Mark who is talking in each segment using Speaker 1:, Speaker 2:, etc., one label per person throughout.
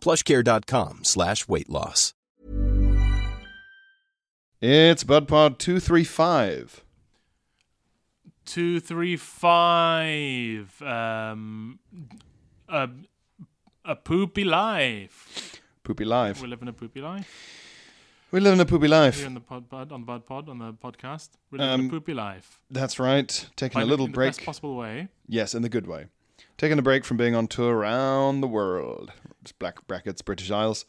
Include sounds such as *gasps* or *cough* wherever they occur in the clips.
Speaker 1: Plushcare.com slash weight loss.
Speaker 2: It's BudPod 235.
Speaker 3: Two, three, five. Um, a, a poopy life.
Speaker 2: Poopy Live.
Speaker 3: We live in a poopy life
Speaker 2: We live in a poopy life.
Speaker 3: here on the pod, pod on the bud pod on the podcast. We live in
Speaker 2: Um,
Speaker 3: a poopy life.
Speaker 2: That's right. Taking
Speaker 3: By
Speaker 2: a little
Speaker 3: living the best
Speaker 2: break.
Speaker 3: possible way.
Speaker 2: Yes, in the good way. Taking a break from being on tour around the world. Just black brackets, British Isles.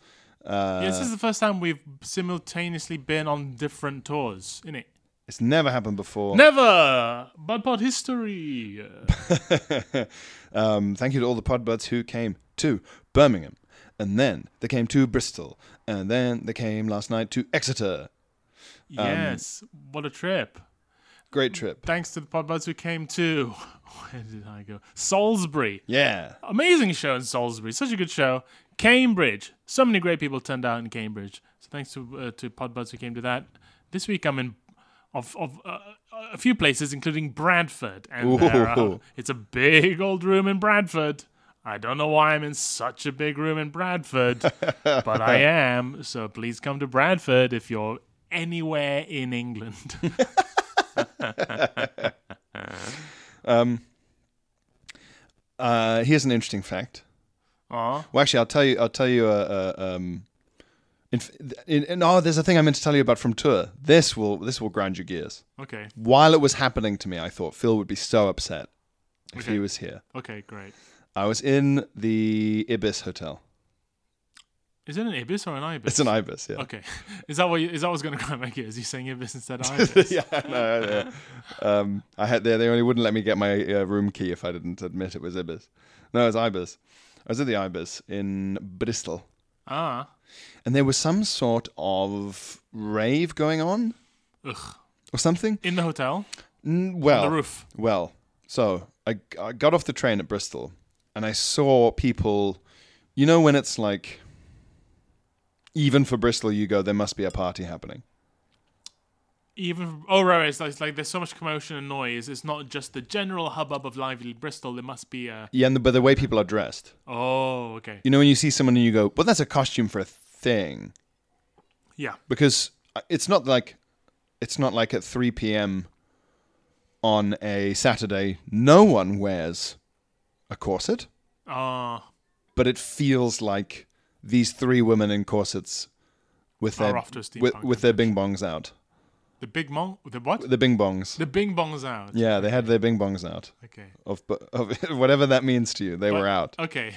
Speaker 2: Uh,
Speaker 3: yeah, this is the first time we've simultaneously been on different tours, isn't it?
Speaker 2: It's never happened before.
Speaker 3: Never bud
Speaker 2: *laughs*
Speaker 3: pod history.
Speaker 2: um, thank you to all the podbuds who came to Birmingham, and then they came to Bristol, and then they came last night to Exeter.
Speaker 3: yes, what a trip.
Speaker 2: Great trip.
Speaker 3: Thanks to the podbuds who came to. *laughs* Where did I go? Salisbury.
Speaker 2: Yeah.
Speaker 3: amazing show in Salisbury. Such a good show. Cambridge. So many great people turned out in Cambridge. So thanks to uh, to Podbuds who came to that. This week I'm in of of uh, a few places, including Bradford, and there are,
Speaker 2: Ooh.
Speaker 3: *laughs* it's a big old room in Bradford. I don't know why I'm in such a big room in Bradford, but I am. So please come to Bradford if you're anywhere in England. *laughs*
Speaker 2: Uh, here's an interesting fact.
Speaker 3: Aw.
Speaker 2: Well, actually, I'll tell you. I'll tell you. Uh, uh, um, in, in, in, oh, there's a thing I meant to tell you about from tour. This will this will grind your gears.
Speaker 3: Okay.
Speaker 2: While it was happening to me, I thought Phil would be so upset if he was here.
Speaker 3: Okay. Great.
Speaker 2: I was in the Ibis Hotel. *laughs*
Speaker 3: Is it an ibis or an ibis?
Speaker 2: It's an Ibis, yeah.
Speaker 3: Okay, *laughs* is that what you, is that what's going to *laughs* come back here? Is you saying Ibis
Speaker 2: *laughs*
Speaker 3: instead of Ibis?
Speaker 2: yeah, no, yeah. Um, I had they, they only wouldn't let me get my uh, room key if I didn't admit it was Ibis. No, it was Ibis. I was at the Ibis in Bristol,
Speaker 3: Ah,
Speaker 2: and there was some sort of rave going on,
Speaker 3: ugh.
Speaker 2: or something.
Speaker 3: In the hotel,
Speaker 2: N- Well,
Speaker 3: the roof.
Speaker 2: Well, so I, I got off the train at Bristol, and I saw people. You know when it's like, even for Bristol, you go there must be a party happening.
Speaker 3: even oh right, right, it's like, it's like there's so much commotion and noise. It's not just the general hubbub of lively Bristol. There must be a
Speaker 2: Yeah, and the, but the way people are dressed.
Speaker 3: oh okay
Speaker 2: You know when you see someone and you go, well, that's a costume for a thing.
Speaker 3: yeah
Speaker 2: because uh, it's not like it's not like at 3 p.m. on a Saturday no one wears a corset,
Speaker 3: ah
Speaker 2: but it feels like these three women in corsets with
Speaker 3: Are
Speaker 2: their
Speaker 3: off to a steampunk
Speaker 2: with, with their bing bongs out.
Speaker 3: the big mong the what
Speaker 2: The bing bongs.
Speaker 3: the bing bongs out
Speaker 2: yeah, they had their bing bongs out
Speaker 3: okay
Speaker 2: of, of *laughs* whatever that means to you. They were out. Um,
Speaker 3: okay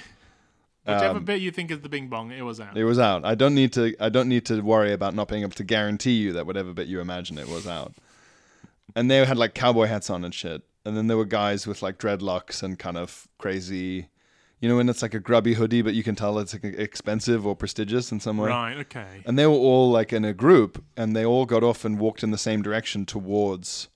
Speaker 3: whichever bit you think is the bing bong it was out
Speaker 2: It was out. I don't need to. I don't need to worry about not being able to guarantee you that whatever bit you imagine it was out. And they had like cowboy hats on and shit. And then there were guys with like dreadlocks and kind of crazy, you know, when it's like a grubby hoodie, but you can tell it's like expensive or prestigious in some way.
Speaker 3: right okay
Speaker 2: And they were all like in a group, and they all got off and walked in the same direction towards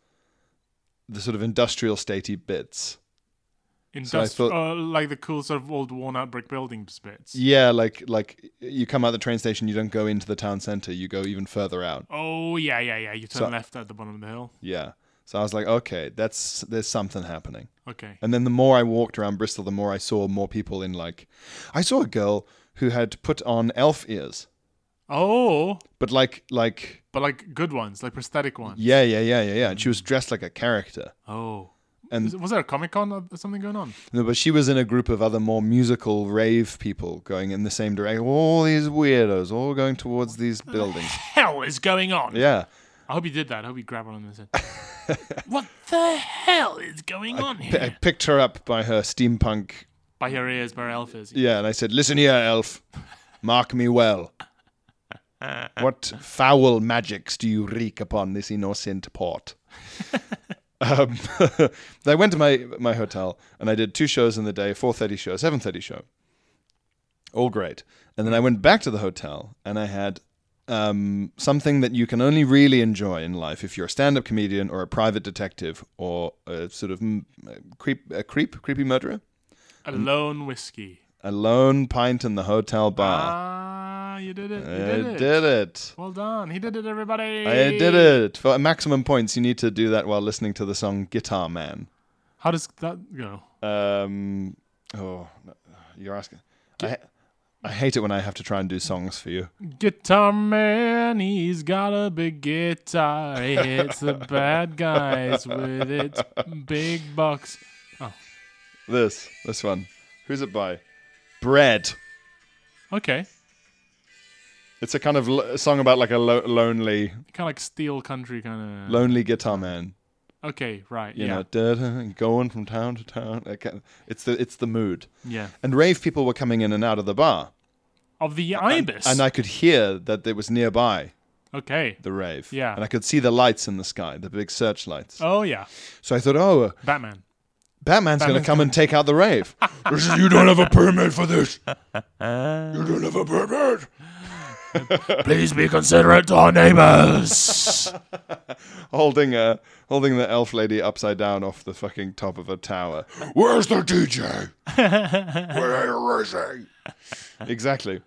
Speaker 2: the sort of industrial statey bits. so I
Speaker 3: Industri-
Speaker 2: thought-
Speaker 3: uh, like the cool sort of old worn out brick buildings bits
Speaker 2: Yeah, like like you come out the train station, you don't go into the town center, you go even further out.
Speaker 3: oh yeah yeah yeah you turn
Speaker 2: So-
Speaker 3: left at the bottom of the hill
Speaker 2: Yeah. So I was like, okay, that's there's something happening.
Speaker 3: okay
Speaker 2: And then the more I walked around Bristol, the more I saw more people in like I saw a girl who had put on elf ears.
Speaker 3: oh
Speaker 2: But like like
Speaker 3: but like good ones like prosthetic ones
Speaker 2: yeah, yeah, yeah, yeah, yeah. And she was dressed like a character.
Speaker 3: oh.
Speaker 2: And-
Speaker 3: was, was there a Comic Con or something going on?
Speaker 2: No, but she was in a group of other more musical rave people going in the same direction. All these weirdos all going towards these buildings.
Speaker 3: hell is going on?
Speaker 2: Yeah.
Speaker 3: I hope you did that. I hope you grabbed one of them
Speaker 2: *laughs*
Speaker 3: and said, What the hell is going on
Speaker 2: P- I
Speaker 3: here?
Speaker 2: picked her up by her steampunk
Speaker 3: By your ears, by your elf ears.
Speaker 2: Yeah, and I said, Listen here, elf. Mark me well. What foul magics do you wreak upon this innocent port? um, *laughs* I went to my, my hotel and I did two shows in the day, 4.30 show, 7.30 show. All great. And then I went back to the hotel and I had um, something that you can only really enjoy in life if you're a stand-up comedian or a private detective or a sort of mm, creep, a creep, creepy murderer.
Speaker 3: Alone whiskey.
Speaker 2: A lone pint in the hotel bar.
Speaker 3: Ah, you did it. You
Speaker 2: Uh. I
Speaker 3: did it.
Speaker 2: did it.
Speaker 3: Well done. He did it, everybody.
Speaker 2: I did it. For maximum points, you need to do that while listening to the song Guitar Man.
Speaker 3: How does that go?
Speaker 2: Um, oh, no, you're asking. I, I hate it when I have to try and do songs for you.
Speaker 3: Guitar man, he's got a big guitar. He hits the bad guys with its big bucks.
Speaker 2: This, this one. Who's it by? Bread.
Speaker 3: Okay.
Speaker 2: It's a kind of l- a song about like a lo- lonely,
Speaker 3: Kind of like steel country kind of.
Speaker 2: lonely guitar man.
Speaker 3: Okay, right.
Speaker 2: You
Speaker 3: yeah.
Speaker 2: know, da-da, going from town to town. That kind- It's the it's the mood.
Speaker 3: Yeah.
Speaker 2: And rave people were coming in and out of the bar,
Speaker 3: Of the ibis.
Speaker 2: and I could hear that it was nearby
Speaker 3: okay.
Speaker 2: the rave.
Speaker 3: Yeah.
Speaker 2: and I could see the lights in the sky, the big searchlights.
Speaker 3: Oh yeah,
Speaker 2: So I thought, oh, uh,
Speaker 3: Batman.
Speaker 2: Batman's going to come and take out the
Speaker 3: *laughs*
Speaker 2: rave. This is- you don't have a permit for this. You don't have a permit.
Speaker 3: Please be considerate to our *laughs* neighbors.
Speaker 2: Holding a holding the elf lady upside down off the fucking top of a tower. Where's the DJ? Where is he? Exactly.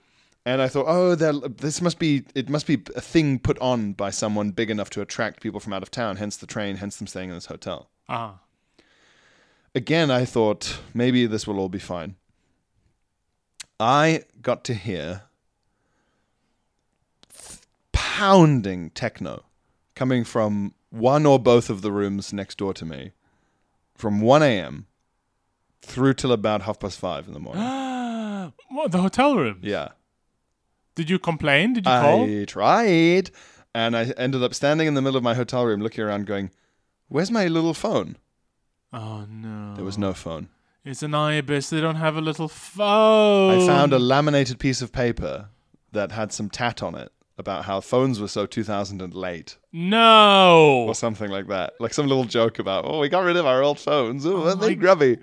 Speaker 2: And I thought, oh, they're- this must be it must be a thing put on by someone big enough to attract people from out of town. Hence the train. Hence them staying in this hotel.
Speaker 3: uh,
Speaker 2: again, I thought maybe this will all be fine. I got to hear pounding techno coming from one or both of the rooms next door to me from 1 a.m. through till about half past five in the
Speaker 3: *gasps*
Speaker 2: morning.
Speaker 3: *gasps* what the hotel room?
Speaker 2: yeah.
Speaker 3: Did you complain? Did you call?
Speaker 2: I tried. And I ended up standing in the middle of my hotel room looking around going, Where's my little phone?
Speaker 3: Oh no,
Speaker 2: There was no phone.
Speaker 3: it's an ibis. They don't have a little phone.
Speaker 2: I found a laminated piece of paper that had some tat on it about how phones were so 2000 and late
Speaker 3: no.
Speaker 2: or something like that. Like some little joke about, oh, we got rid of our old phones. Oh, weren't they *laughs*
Speaker 3: my-
Speaker 2: grubby?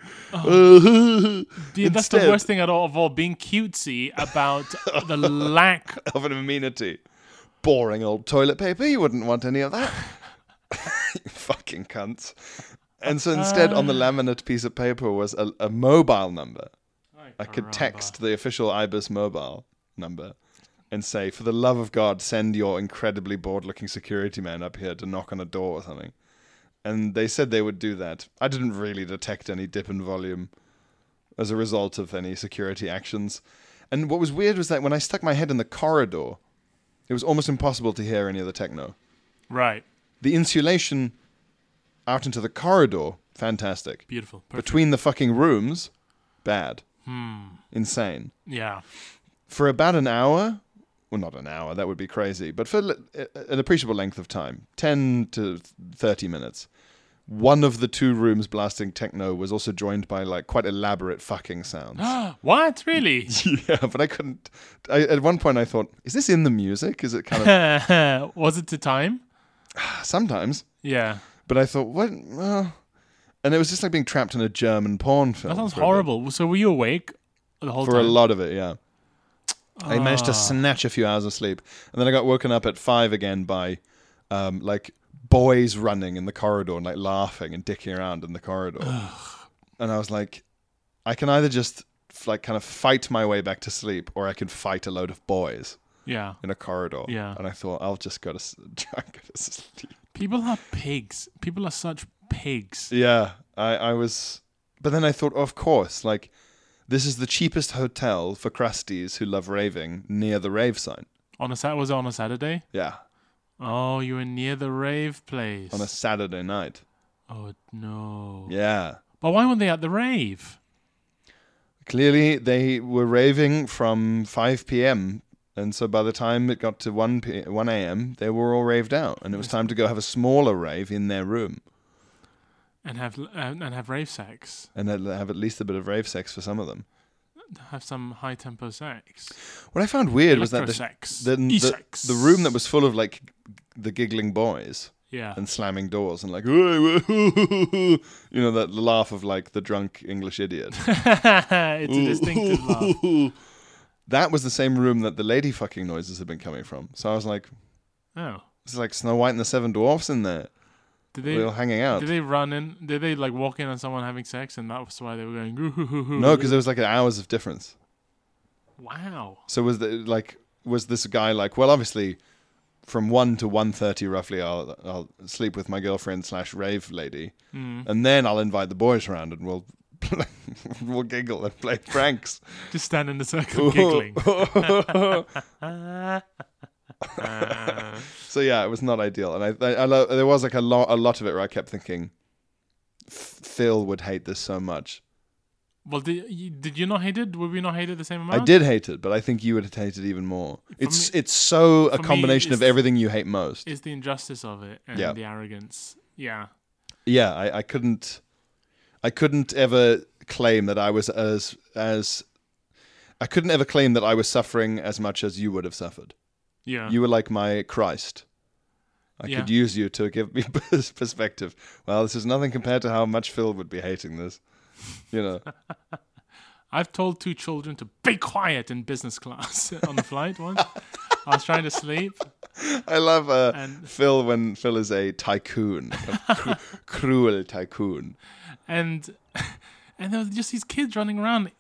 Speaker 3: Dude, that's the
Speaker 2: Instead
Speaker 3: worst thing at all of all being cutesy about
Speaker 2: *laughs*
Speaker 3: the lack.
Speaker 2: of an amenity. Boring old toilet paper. You wouldn't want any of that. *laughs* you fucking cunts. And so instead, on the laminate piece of paper was a, a mobile number. I could text the official IBIS mobile number and say, for the love of God, send your incredibly bored looking security man up here to knock on a door or something. And they said they would do that. I didn't really detect any dip in volume as a result of any security actions. And what was weird was that when I stuck my head in the corridor, it was almost impossible to hear any of the techno.
Speaker 3: Right.
Speaker 2: The insulation out into the corridor, fantastic.
Speaker 3: Beautiful. Perfect.
Speaker 2: Between the fucking rooms, bad. Insane
Speaker 3: Yeah.
Speaker 2: for about an hour well not an hour that would be crazy but for l- a- an appreciable length of time 10 to 30 minutes one of the two rooms blasting techno was also joined by like quite elaborate fucking sounds
Speaker 3: what?
Speaker 2: *laughs*
Speaker 3: Really?
Speaker 2: yeah but i couldn't I, at one point i thought is this in the music is it kind
Speaker 3: *laughs*
Speaker 2: of
Speaker 3: was it to time?
Speaker 2: sometimes
Speaker 3: Yeah.
Speaker 2: but i thought what well and it was just like being trapped in a german porn film
Speaker 3: That sounds
Speaker 2: for a bit.
Speaker 3: horrible. So were you awake the whole
Speaker 2: for
Speaker 3: time?
Speaker 2: a lot of it yeah i managed
Speaker 3: Ah.
Speaker 2: to snatch a few hours of sleep and then i got woken up at five again by um, like boys running in the corridor and like laughing and dicking around in the corridor and i was like i can either just like kind of fight my way back to sleep or i can fight a load of boys
Speaker 3: yeah.
Speaker 2: in a corridor
Speaker 3: Yeah.
Speaker 2: and i thought i'll just go to, s- *laughs* try and go to sleep
Speaker 3: People are pigs. People are such pigs.
Speaker 2: Yeah, I, I was, but then I thought, of course, like this is the cheapest hotel for crusties who love raving near the rave sign.
Speaker 3: On a Sat was it on a Saturday?
Speaker 2: Yeah,
Speaker 3: Oh, you were near the rave place.
Speaker 2: on a Saturday night.
Speaker 3: oh no.
Speaker 2: Yeah,
Speaker 3: But why weren't they at the rave?
Speaker 2: clearly they were raving from 5 p.m. And so by the time it got to 1 p- 1 a.m., they were all raved out, and it was time to go have a smaller rave in their room
Speaker 3: And have uh, and have rave sex.
Speaker 2: and then have at least a bit of rave sex for some of them.
Speaker 3: Have some high tempo sex.
Speaker 2: What I found weird was that the,
Speaker 3: Electrosex.
Speaker 2: the, the,
Speaker 3: E-sex.
Speaker 2: the room that was full of like the giggling boys
Speaker 3: Yeah. *laughs*
Speaker 2: and slamming doors and like "Hey, woo-hoo-hoo-hoo-hoo," you know that
Speaker 3: *laughs*
Speaker 2: laugh of like the drunk english idiot *laughs*
Speaker 3: it's a distinctive laugh.
Speaker 2: Ooh. That was the same room that the lady fucking noises had been coming from. So I was like,
Speaker 3: Oh,
Speaker 2: it's like Snow White and the Seven Dwarfs in there.
Speaker 3: did
Speaker 2: We
Speaker 3: they?
Speaker 2: were hanging out.
Speaker 3: Did they run in? Did they like walk in on someone having sex, and that was why they were going? "Ooh, hoo, hoo, hoo,
Speaker 2: No,
Speaker 3: hoo."
Speaker 2: because there was like an hours of difference.
Speaker 3: wow,
Speaker 2: So was the like was this guy like well obviously from one to one thirty roughly I'll I'll sleep with my girlfriend slash rave lady
Speaker 3: Mm.
Speaker 2: and then I'll invite the boys around and we'll *laughs* we'll giggle and play pranks.
Speaker 3: just stand in a circle giggling.
Speaker 2: so yeah, it was not ideal, and I I, I lo- there was like a lot a lot of it where I kept thinking "F- Phil would hate this so much.
Speaker 3: Well, did you, did you not hate it? Would we not hate it the same
Speaker 2: I
Speaker 3: amount?
Speaker 2: did hate it, but I think you would have hated it even more. It's
Speaker 3: me-
Speaker 2: it's so a
Speaker 3: for me,
Speaker 2: combination of
Speaker 3: it's-
Speaker 2: everything you hate most.
Speaker 3: Is the injustice of it and
Speaker 2: Yeah.
Speaker 3: the arrogance? Yeah.
Speaker 2: yeah I, I couldn't i couldn't ever claim that i was as as i couldn't ever claim that i was suffering as much as you would have suffered
Speaker 3: Yeah.
Speaker 2: you were like my christ i
Speaker 3: Yeah.
Speaker 2: could use you to give me *laughs* pers- perspective well this is nothing compared to how much phil would be hating this you know
Speaker 3: I've told two children to be quiet in business class *laughs* on the flight once. I was trying to sleep.
Speaker 2: i love uh,
Speaker 3: *laughs* And-
Speaker 2: phil when phil is a tycoon a cru- *laughs* cruel tycoon
Speaker 3: and *laughs* and there was just these kids running around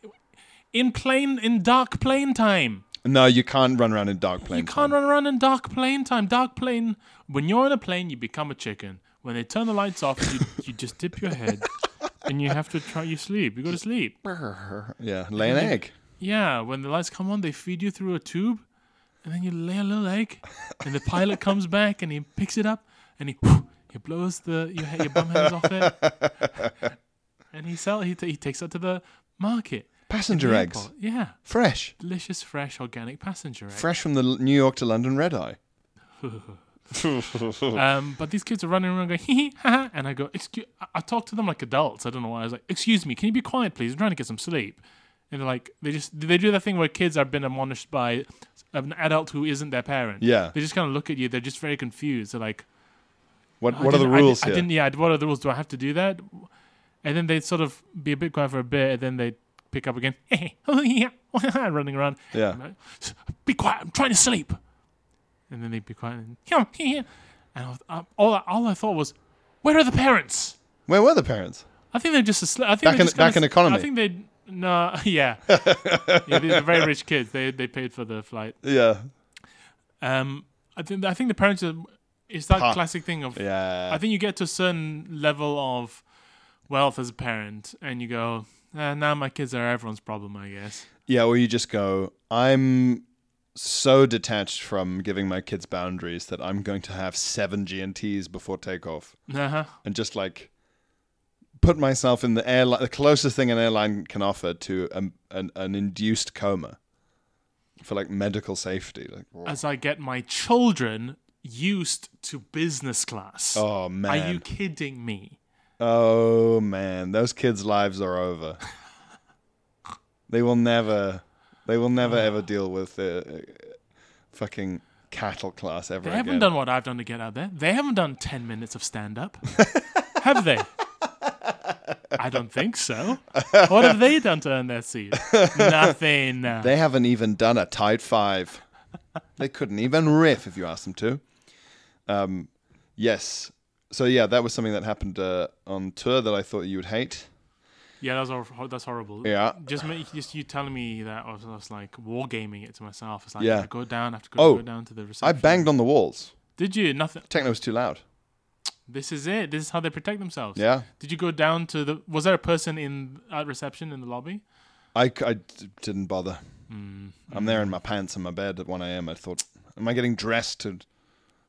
Speaker 3: in plane in dark plane time.
Speaker 2: no you can't run around in dark plane
Speaker 3: You can't run around in dark plane time. Dark plane. When you're in a plane, you become a chicken. When they turn the lights off, you, you just dip your
Speaker 2: *laughs*
Speaker 3: head, and you have to try. You sleep. You go to sleep.
Speaker 2: yeah lay an egg
Speaker 3: Yeah. When the lights come on, they feed you through a tube, and then you lay a little egg, and the pilot comes back and he picks it up and he he blows the your, he- your bum hands off it, and he sell he, t- he takes that to the market.
Speaker 2: passenger eggs
Speaker 3: Airport. Yeah.
Speaker 2: fresh
Speaker 3: Delicious, fresh, organic passenger egg.
Speaker 2: fresh from the L- New York to London red eye.
Speaker 3: Um, but these kids are running around going, hee hee, ha ha," and I go, excuse, I, I talk to them like adults. I don't know why. I was like, excuse me, can you be quiet, please? I'm trying to get some sleep. And they're like, they just, they do that thing where kids have been admonished by an adult who isn't their parent.
Speaker 2: Yeah.
Speaker 3: They just kind of look at you. They're just very confused. They're like,
Speaker 2: What
Speaker 3: I
Speaker 2: what are the
Speaker 3: didn't- I di-
Speaker 2: rules
Speaker 3: I,
Speaker 2: here?
Speaker 3: didn't, yeah, what are the rules? Do I have to do that? And then they sort of be a bit quiet for a bit, and then they pick up again. *laughs* Hey, oh yeah, running around.
Speaker 2: Yeah.
Speaker 3: I'm like, "S- Be quiet. I'm trying to sleep. And then *laughs* they'd be quiet. And, "Yeah, yeah, yeah." and I was, I, all, I- all I thought was, where are the parents?
Speaker 2: Where were the parents?
Speaker 3: I think they're just asleep. I think
Speaker 2: Back
Speaker 3: they're
Speaker 2: in-
Speaker 3: just kinda
Speaker 2: back in
Speaker 3: s-
Speaker 2: economy.
Speaker 3: I think they no,
Speaker 2: *laughs*
Speaker 3: *laughs* yeah, yeah. They're very rich kids. They they paid for the flight.
Speaker 2: Yeah,
Speaker 3: Um, I think I think the parents are. It's that
Speaker 2: Pa-
Speaker 3: classic thing of
Speaker 2: yeah.
Speaker 3: I think you get to a certain level of wealth as a parent, and you go, eh, "Now my kids are everyone's problem, I guess."
Speaker 2: Yeah, or you just go, I'm so detached from giving my kids boundaries that I'm going to have seven G&Ts before takeoff
Speaker 3: Uh-huh.
Speaker 2: and just like put myself in the airline, the closest thing an airline can offer to um an, an induced coma for like medical safety. Like,
Speaker 3: As I get my children used to business class.
Speaker 2: oh man.
Speaker 3: Are you kidding me?
Speaker 2: Oh man, those kids' lives are over. they will never, they will
Speaker 3: *sighs*
Speaker 2: never ever deal with the uh, fucking cattle class ever
Speaker 3: They
Speaker 2: again.
Speaker 3: haven't done what I've done to get out there. They haven't done ten minutes of
Speaker 2: *laughs*
Speaker 3: stand up, have they? I don't think so. What have they done to earn
Speaker 2: *laughs*
Speaker 3: their seat? Nothing.
Speaker 2: they haven't even done a tight five. they couldn't even riff if you asked them to. Um, yes. So yeah, that was something that happened uh, on tour that I thought you would hate.
Speaker 3: Yeah, that's hor- that's horrible.
Speaker 2: Yeah.
Speaker 3: Just me, just you telling me that I was, I was like wargaming it to myself. It's like
Speaker 2: Yeah.
Speaker 3: I have to go down, I have to go,
Speaker 2: Oh,
Speaker 3: go down to the reception.
Speaker 2: I banged on the walls.
Speaker 3: Did you nothing?
Speaker 2: Techno was too loud.
Speaker 3: This is it. This is how they protect themselves.
Speaker 2: Yeah.
Speaker 3: Did you go down to the? Was there a person in at reception in the lobby?
Speaker 2: I, c- I d- didn't bother.
Speaker 3: Mm.
Speaker 2: I'm there in my pants and my bed at 1 a.m. I thought, am I getting dressed to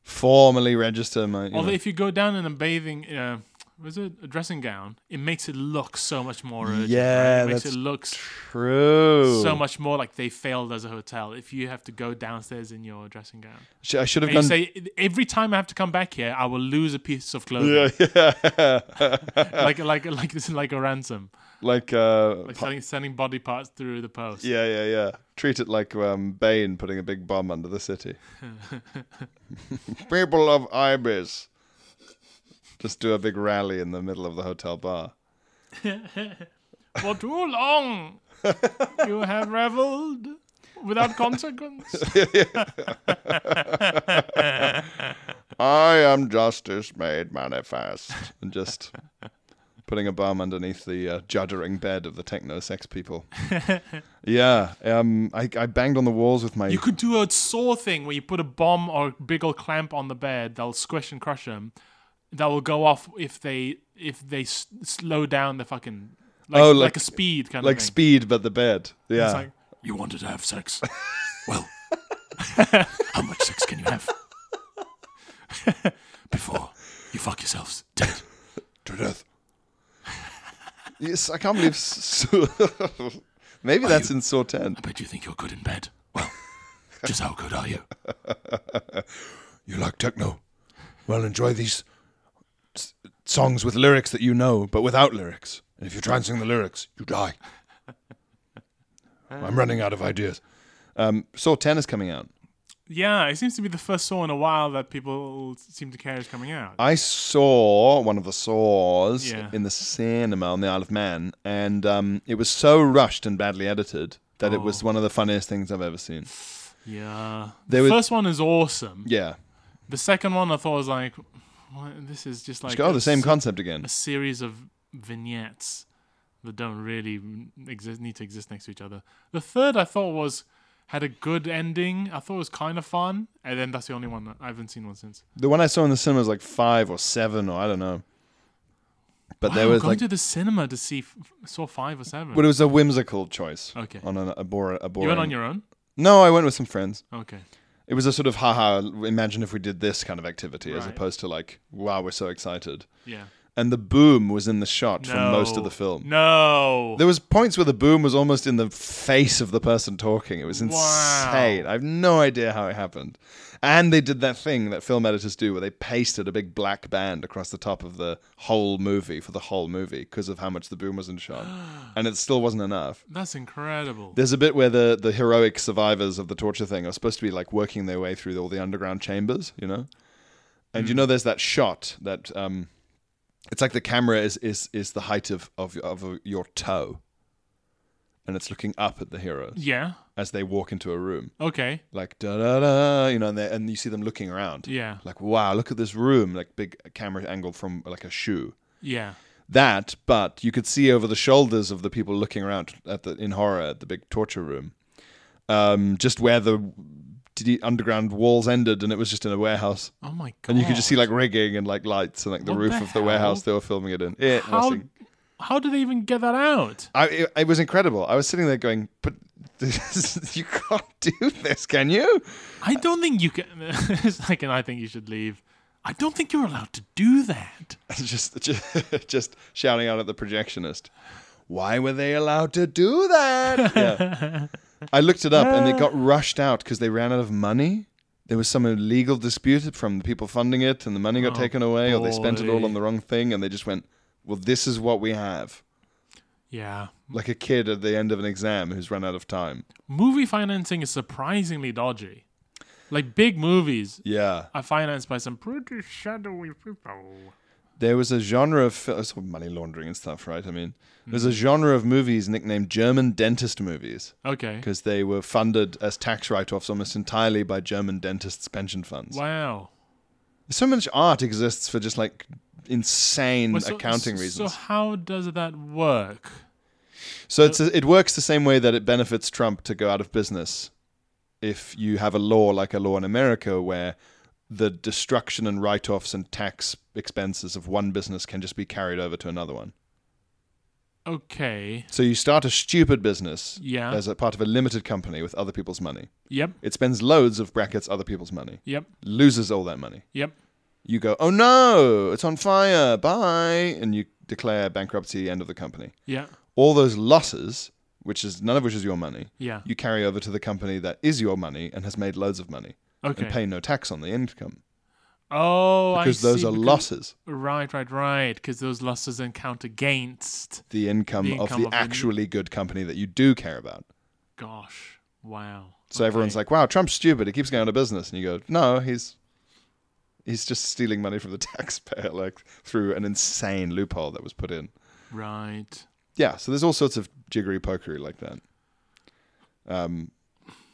Speaker 2: formally register my. You
Speaker 3: Although
Speaker 2: know?
Speaker 3: if you go down in a bathing, uh, was it a dressing gown? It makes it look so much more. Urgent, right?
Speaker 2: Yeah,
Speaker 3: It makes
Speaker 2: that's
Speaker 3: it look s-
Speaker 2: True.
Speaker 3: so much more like they failed as a hotel if you have to go downstairs in your dressing gown.
Speaker 2: Sh- I should have
Speaker 3: And you
Speaker 2: done.
Speaker 3: say every time I have to come back here, I will lose a piece of clothing.
Speaker 2: *laughs*
Speaker 3: like like like this is like a ransom,
Speaker 2: like, uh,
Speaker 3: like
Speaker 2: pu-
Speaker 3: sending, sending body parts through the post.
Speaker 2: yeah, yeah, yeah. Treat it like um, Bane putting a big bomb under the
Speaker 3: *laughs*
Speaker 2: city. People of Ibis. Just do a big rally in the middle of the hotel bar. *laughs*
Speaker 3: For too long, you have reveled.
Speaker 2: *laughs*
Speaker 3: without consequence.
Speaker 2: I am justice made manifest. And *laughs* just putting a bum underneath the uh, juddering bed of the techno sex *laughs* people. yeah. Um, I, I banged on the walls with my.
Speaker 3: You could do a saw thing where you put a bomb or a big old clamp on the bed that'll squish and crush them. That will go off if they if they s- slow down the fucking like,
Speaker 2: Oh,
Speaker 3: like,
Speaker 2: like-
Speaker 3: a speed kind
Speaker 2: like
Speaker 3: of thing.
Speaker 2: speed, but the bed. Yeah.
Speaker 3: It's like you wanted to have sex. well, how much sex can you have *laughs* before you fuck yourselves dead?
Speaker 2: to death. yes, I can't believe. s- s- *laughs* Maybe that's in Saw 10.
Speaker 3: But you think you're good in bed? Well, just how good are you?
Speaker 2: You like techno? Well, enjoy these s- songs with lyrics that you know, but without lyrics. And if you try and sing the lyrics, you *laughs* die. I'm running out of ideas. Um, Saw 10 is coming out.
Speaker 3: Yeah, it seems to be the first saw in a while that people seem to care is coming out.
Speaker 2: I saw one of the Saws
Speaker 3: Yeah.
Speaker 2: in the cinema on the Isle of Man, and um, it was so rushed and badly edited that it
Speaker 3: Oh.
Speaker 2: was one of the funniest things I've ever seen.
Speaker 3: Yeah,
Speaker 2: They
Speaker 3: the
Speaker 2: were-
Speaker 3: first one is awesome.
Speaker 2: Yeah.
Speaker 3: The second one I thought was like, what? this is just like
Speaker 2: It's got oh,
Speaker 3: a
Speaker 2: the same
Speaker 3: s-
Speaker 2: concept again.
Speaker 3: a series of vignettes that don't really exist need to exist next to each other. The third I thought was had a good ending. I thought it was kind of fun, and then that's the only one that- I haven't seen one since.
Speaker 2: The one I saw in the cinema was like five or seven, or I don't know. But
Speaker 3: Wow,
Speaker 2: there was
Speaker 3: going
Speaker 2: like,
Speaker 3: to the cinema to see f- Saw Five or Seven.
Speaker 2: but it was a whimsical choice.
Speaker 3: Okay.
Speaker 2: On an, a bore, a boring.
Speaker 3: you went on your own.
Speaker 2: No, I went with some friends.
Speaker 3: Okay.
Speaker 2: It was a sort of haha. Imagine if we did this kind of activity, as
Speaker 3: Right.
Speaker 2: opposed to like, wow, we're so excited.
Speaker 3: Yeah.
Speaker 2: And the boom was in the shot from most of
Speaker 3: No.
Speaker 2: the film.
Speaker 3: No.
Speaker 2: There was points where the boom was almost in the face of the person talking. It was
Speaker 3: Wow.
Speaker 2: insane. I have no idea how it happened. And they did that thing that film editors do where they pasted a big black band across the top of the whole movie for the whole movie because of how much the boom was in shot. And it still wasn't enough.
Speaker 3: that's incredible.
Speaker 2: There's a bit where the, the heroic survivors of the torture thing are supposed to be like working their way through all the underground chambers, you know? And you know there's that shot that um it's like the camera is is is the height of of, of your toe. And it's looking up at the heroes
Speaker 3: yeah.
Speaker 2: as they walk into a room.
Speaker 3: Okay.
Speaker 2: Like da da da, you know, and, they- and you see them looking around.
Speaker 3: Yeah.
Speaker 2: Like wow, look at this room, like big camera angle from like a shoe
Speaker 3: Yeah.
Speaker 2: that, but you could see over the shoulders of the people looking around at the in horror at the big torture room, um, just where the d- underground walls ended, and it was just in a warehouse,
Speaker 3: Oh my god.
Speaker 2: and you could just see like rigging and like lights and like the
Speaker 3: What
Speaker 2: roof
Speaker 3: the
Speaker 2: of the warehouse
Speaker 3: hell?
Speaker 2: they were filming it in. It was.
Speaker 3: how
Speaker 2: in-
Speaker 3: how do they even get that out?
Speaker 2: I, it, it was incredible. I was sitting there going, but *laughs* this, you can't do this, can you?
Speaker 3: I don't think you can. *laughs* it's like, and I think you should leave. I don't think you're allowed to do that.
Speaker 2: *laughs* just, just just shouting out at the projectionist. Why were they allowed to do that? Yeah. I looked it up and it got rushed out because they ran out of money. There was some legal dispute from the people funding it, and the money got taken away, or they spent it all
Speaker 3: boy.
Speaker 2: on the wrong thing, and they just went, "Well, this is what we have."
Speaker 3: Yeah.
Speaker 2: Like a kid at the end of an exam who's run out of time.
Speaker 3: Movie financing is surprisingly dodgy. Like big movies
Speaker 2: Yeah,
Speaker 3: are financed by some pretty shadowy people.
Speaker 2: there was a genre of fil- sort of money laundering and stuff, right? I mean, there's a genre of movies nicknamed German dentist movies.
Speaker 3: Okay.
Speaker 2: because they were funded as tax write-offs almost entirely by German dentists' pension funds.
Speaker 3: Wow.
Speaker 2: So much art exists for just like insane
Speaker 3: Well, so-
Speaker 2: accounting
Speaker 3: so-
Speaker 2: reasons.
Speaker 3: So
Speaker 2: So,
Speaker 3: how does that work?
Speaker 2: it's it works the same way that it benefits Trump to go out of business if you have a law like a law in America where the destruction and write-offs and tax expenses of one business can just be carried over to another one.
Speaker 3: Okay.
Speaker 2: So you start a stupid business
Speaker 3: Yeah.
Speaker 2: as a part of a limited company with other people's money.
Speaker 3: Yep.
Speaker 2: It spends loads of brackets other people's money.
Speaker 3: Yep.
Speaker 2: Loses all that money.
Speaker 3: Yep.
Speaker 2: you go, oh no, it's on fire, bye, and you declare bankruptcy, end of the company.
Speaker 3: Yeah.
Speaker 2: All those losses, which is none of which is your money,
Speaker 3: Yeah.
Speaker 2: you carry over to the company that is your money and has made loads of money
Speaker 3: Okay.
Speaker 2: and pay no tax on the income
Speaker 3: oh, I
Speaker 2: because those
Speaker 3: see,
Speaker 2: are losses.
Speaker 3: Right, right, right. Because those losses then count against.
Speaker 2: The income,
Speaker 3: The
Speaker 2: of
Speaker 3: income
Speaker 2: the
Speaker 3: of the-
Speaker 2: actually good company that you do care about.
Speaker 3: Gosh. Wow.
Speaker 2: So everyone's
Speaker 3: Okay.
Speaker 2: like, "Wow, Trump's stupid. He keeps going out of business." And you go, "No, he's he's just stealing money from the *laughs* taxpayer, like through an insane loophole that was put in."
Speaker 3: Right.
Speaker 2: yeah, so there's all sorts of jiggery pokery like that. Um,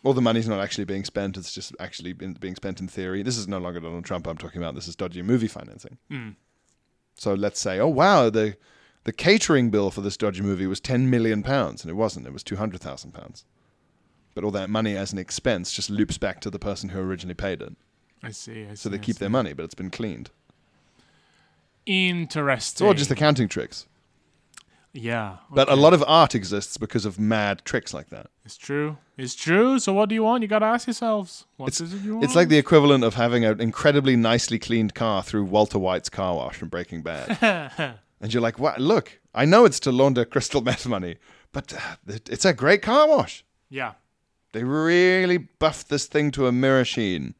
Speaker 2: all the money's not actually being spent. It's just actually been being spent in theory. This is no longer Donald Trump I'm talking about. This is dodgy movie financing.
Speaker 3: Hmm.
Speaker 2: So let's say, oh wow, the the catering bill for this dodgy movie was ten million pounds, and it wasn't. It was two hundred thousand pounds. But all that money as an expense just loops back to the person who originally paid it.
Speaker 3: I see. I see
Speaker 2: So they
Speaker 3: I
Speaker 2: keep
Speaker 3: see.
Speaker 2: their money, but it's been cleaned. It's
Speaker 3: Interesting.
Speaker 2: all just accounting tricks.
Speaker 3: yeah.
Speaker 2: But a
Speaker 3: okay.
Speaker 2: lot of art exists because of mad tricks like that.
Speaker 3: It's true. It's true. So what do you want? You gotta ask yourselves. What is it you want?
Speaker 2: It's like the equivalent of having an incredibly nicely cleaned car through Walter White's car wash from Breaking Bad.
Speaker 3: *laughs*
Speaker 2: and you're like, "What? Look, I know it's to launder crystal meth money, but uh, it- it's a great car wash.
Speaker 3: yeah.
Speaker 2: They really buffed this thing to a mirror sheen."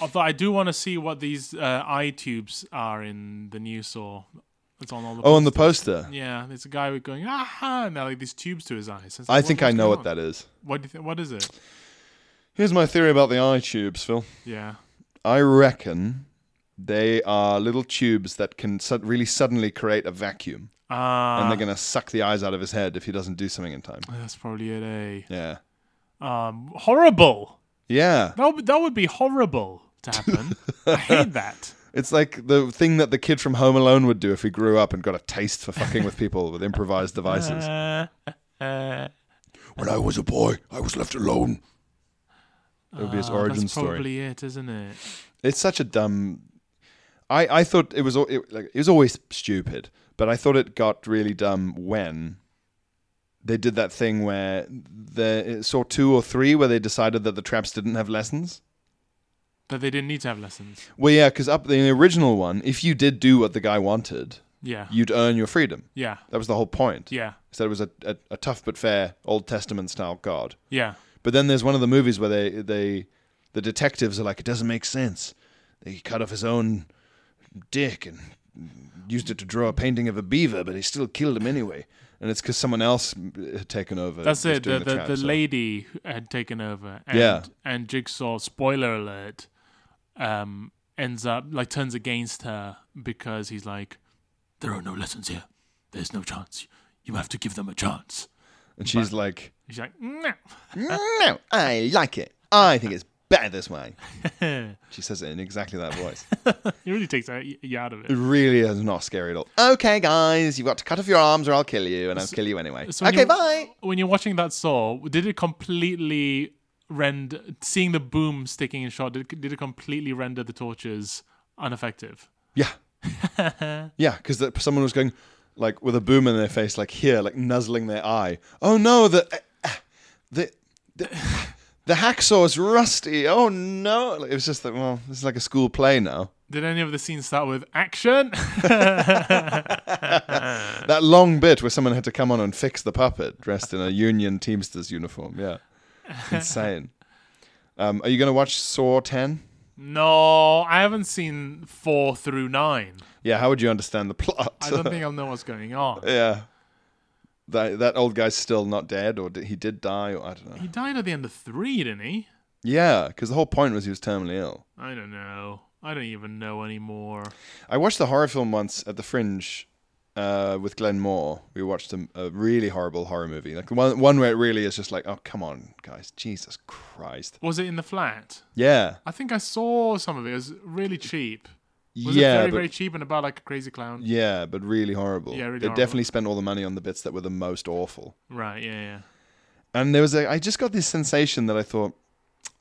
Speaker 3: Although I do want to see what these uh, eye tubes are in the new Saw. It's on all the.
Speaker 2: Oh, on the poster.
Speaker 3: Yeah, there's a guy with going aha, and they're like these tubes to his eyes. It's
Speaker 2: I
Speaker 3: like,
Speaker 2: think I
Speaker 3: what's
Speaker 2: know
Speaker 3: going
Speaker 2: what
Speaker 3: on?
Speaker 2: that is.
Speaker 3: What do you think? What is it?
Speaker 2: Here's my theory about the eye tubes, Phil.
Speaker 3: Yeah.
Speaker 2: I reckon they are little tubes that can sud- really suddenly create a vacuum,
Speaker 3: Ah,
Speaker 2: and they're going to suck the eyes out of his head if he doesn't do something in time.
Speaker 3: that's probably it. Eh?
Speaker 2: Yeah.
Speaker 3: Um, Horrible.
Speaker 2: Yeah.
Speaker 3: That would, that would be horrible to happen. I
Speaker 2: *laughs*
Speaker 3: hate that.
Speaker 2: It's like the thing that the kid from Home Alone would do if he grew up and got a taste for fucking with people with improvised devices.
Speaker 3: *laughs* Uh, uh,
Speaker 2: When I was a boy, I was left alone. It would be his
Speaker 3: ah,
Speaker 2: origin
Speaker 3: that's
Speaker 2: story.
Speaker 3: probably it, isn't it?
Speaker 2: It's such a dumb. I I thought it was al- it, like it was always stupid, but I thought it got really dumb when they did that thing where the saw two or three where they decided that the traps didn't have lessons.
Speaker 3: That they didn't need to have lessons.
Speaker 2: Well, yeah, because up in the original one, if you did do what the guy wanted,
Speaker 3: Yeah.
Speaker 2: you'd earn your freedom.
Speaker 3: yeah.
Speaker 2: That was the whole point.
Speaker 3: Yeah.
Speaker 2: So it was a, a, a tough but fair Old Testament style God.
Speaker 3: Yeah.
Speaker 2: But then there's one of the movies where they, they the detectives are like, it doesn't make sense. He cut off his own dick and used it to draw a painting of a beaver, but he still killed him anyway. And it's because someone else had taken over.
Speaker 3: That's
Speaker 2: was
Speaker 3: it. The,
Speaker 2: doing
Speaker 3: the,
Speaker 2: trap,
Speaker 3: the
Speaker 2: so-
Speaker 3: lady who had taken over. And,
Speaker 2: Yeah.
Speaker 3: And Jigsaw, spoiler alert, um, ends up, like, turns against her because he's like, there are no lessons here. There's no chance. You have to give them a chance.
Speaker 2: And she's
Speaker 3: *laughs*
Speaker 2: like,
Speaker 3: She's like, no.
Speaker 2: no, I like it. I think it's better this
Speaker 3: *laughs*
Speaker 2: way. she says it in exactly that voice.
Speaker 3: It really takes a- you out of
Speaker 2: It
Speaker 3: it.
Speaker 2: really is not scary at all. Okay, guys, you've got to cut off your arms or I'll kill you, and I'll kill you anyway.
Speaker 3: so when
Speaker 2: okay,
Speaker 3: you-
Speaker 2: bye.
Speaker 3: When you're watching that Saw, did it completely render, seeing the boom sticking in shot, did, did it completely render the torches ineffective?
Speaker 2: Yeah. yeah, *laughs* because someone was going, like, with a boom in their face, like here, like nuzzling their eye. Oh no, the. eh, ah, the. the *sighs* The hacksaw is rusty. Oh no! Like, It was just that. Well, this is like a school play now.
Speaker 3: Did any of the scenes start with action? *laughs*
Speaker 2: That long bit where someone had to come on and fix the puppet, dressed in a Union Teamsters uniform. Yeah, insane. Um, are you going to watch Saw Ten?
Speaker 3: no, I haven't seen four through nine.
Speaker 2: Yeah. How would you understand the plot? *laughs*
Speaker 3: I don't think I'll know what's going on.
Speaker 2: yeah. That that old guy's still not dead, or did, he did die, or I don't know.
Speaker 3: He died at the end of three, didn't he?
Speaker 2: Yeah, because the whole point was he was terminally ill.
Speaker 3: I don't know. I don't even know anymore.
Speaker 2: I watched the horror film once at the Fringe uh, with Glenn Moore. We watched a, a really horrible horror movie, like the one one where it really is just like, oh come on, guys, Jesus Christ.
Speaker 3: Was it in the flat?
Speaker 2: Yeah,
Speaker 3: I think I saw some of it. It was really cheap. Was
Speaker 2: yeah,
Speaker 3: it very,
Speaker 2: but,
Speaker 3: very cheap and about like a crazy clown?
Speaker 2: yeah, but really horrible.
Speaker 3: Yeah, really
Speaker 2: they
Speaker 3: horrible.
Speaker 2: definitely spent all the money on the bits that were the most awful.
Speaker 3: Right, yeah, yeah.
Speaker 2: And there was a, I just got this sensation that I thought,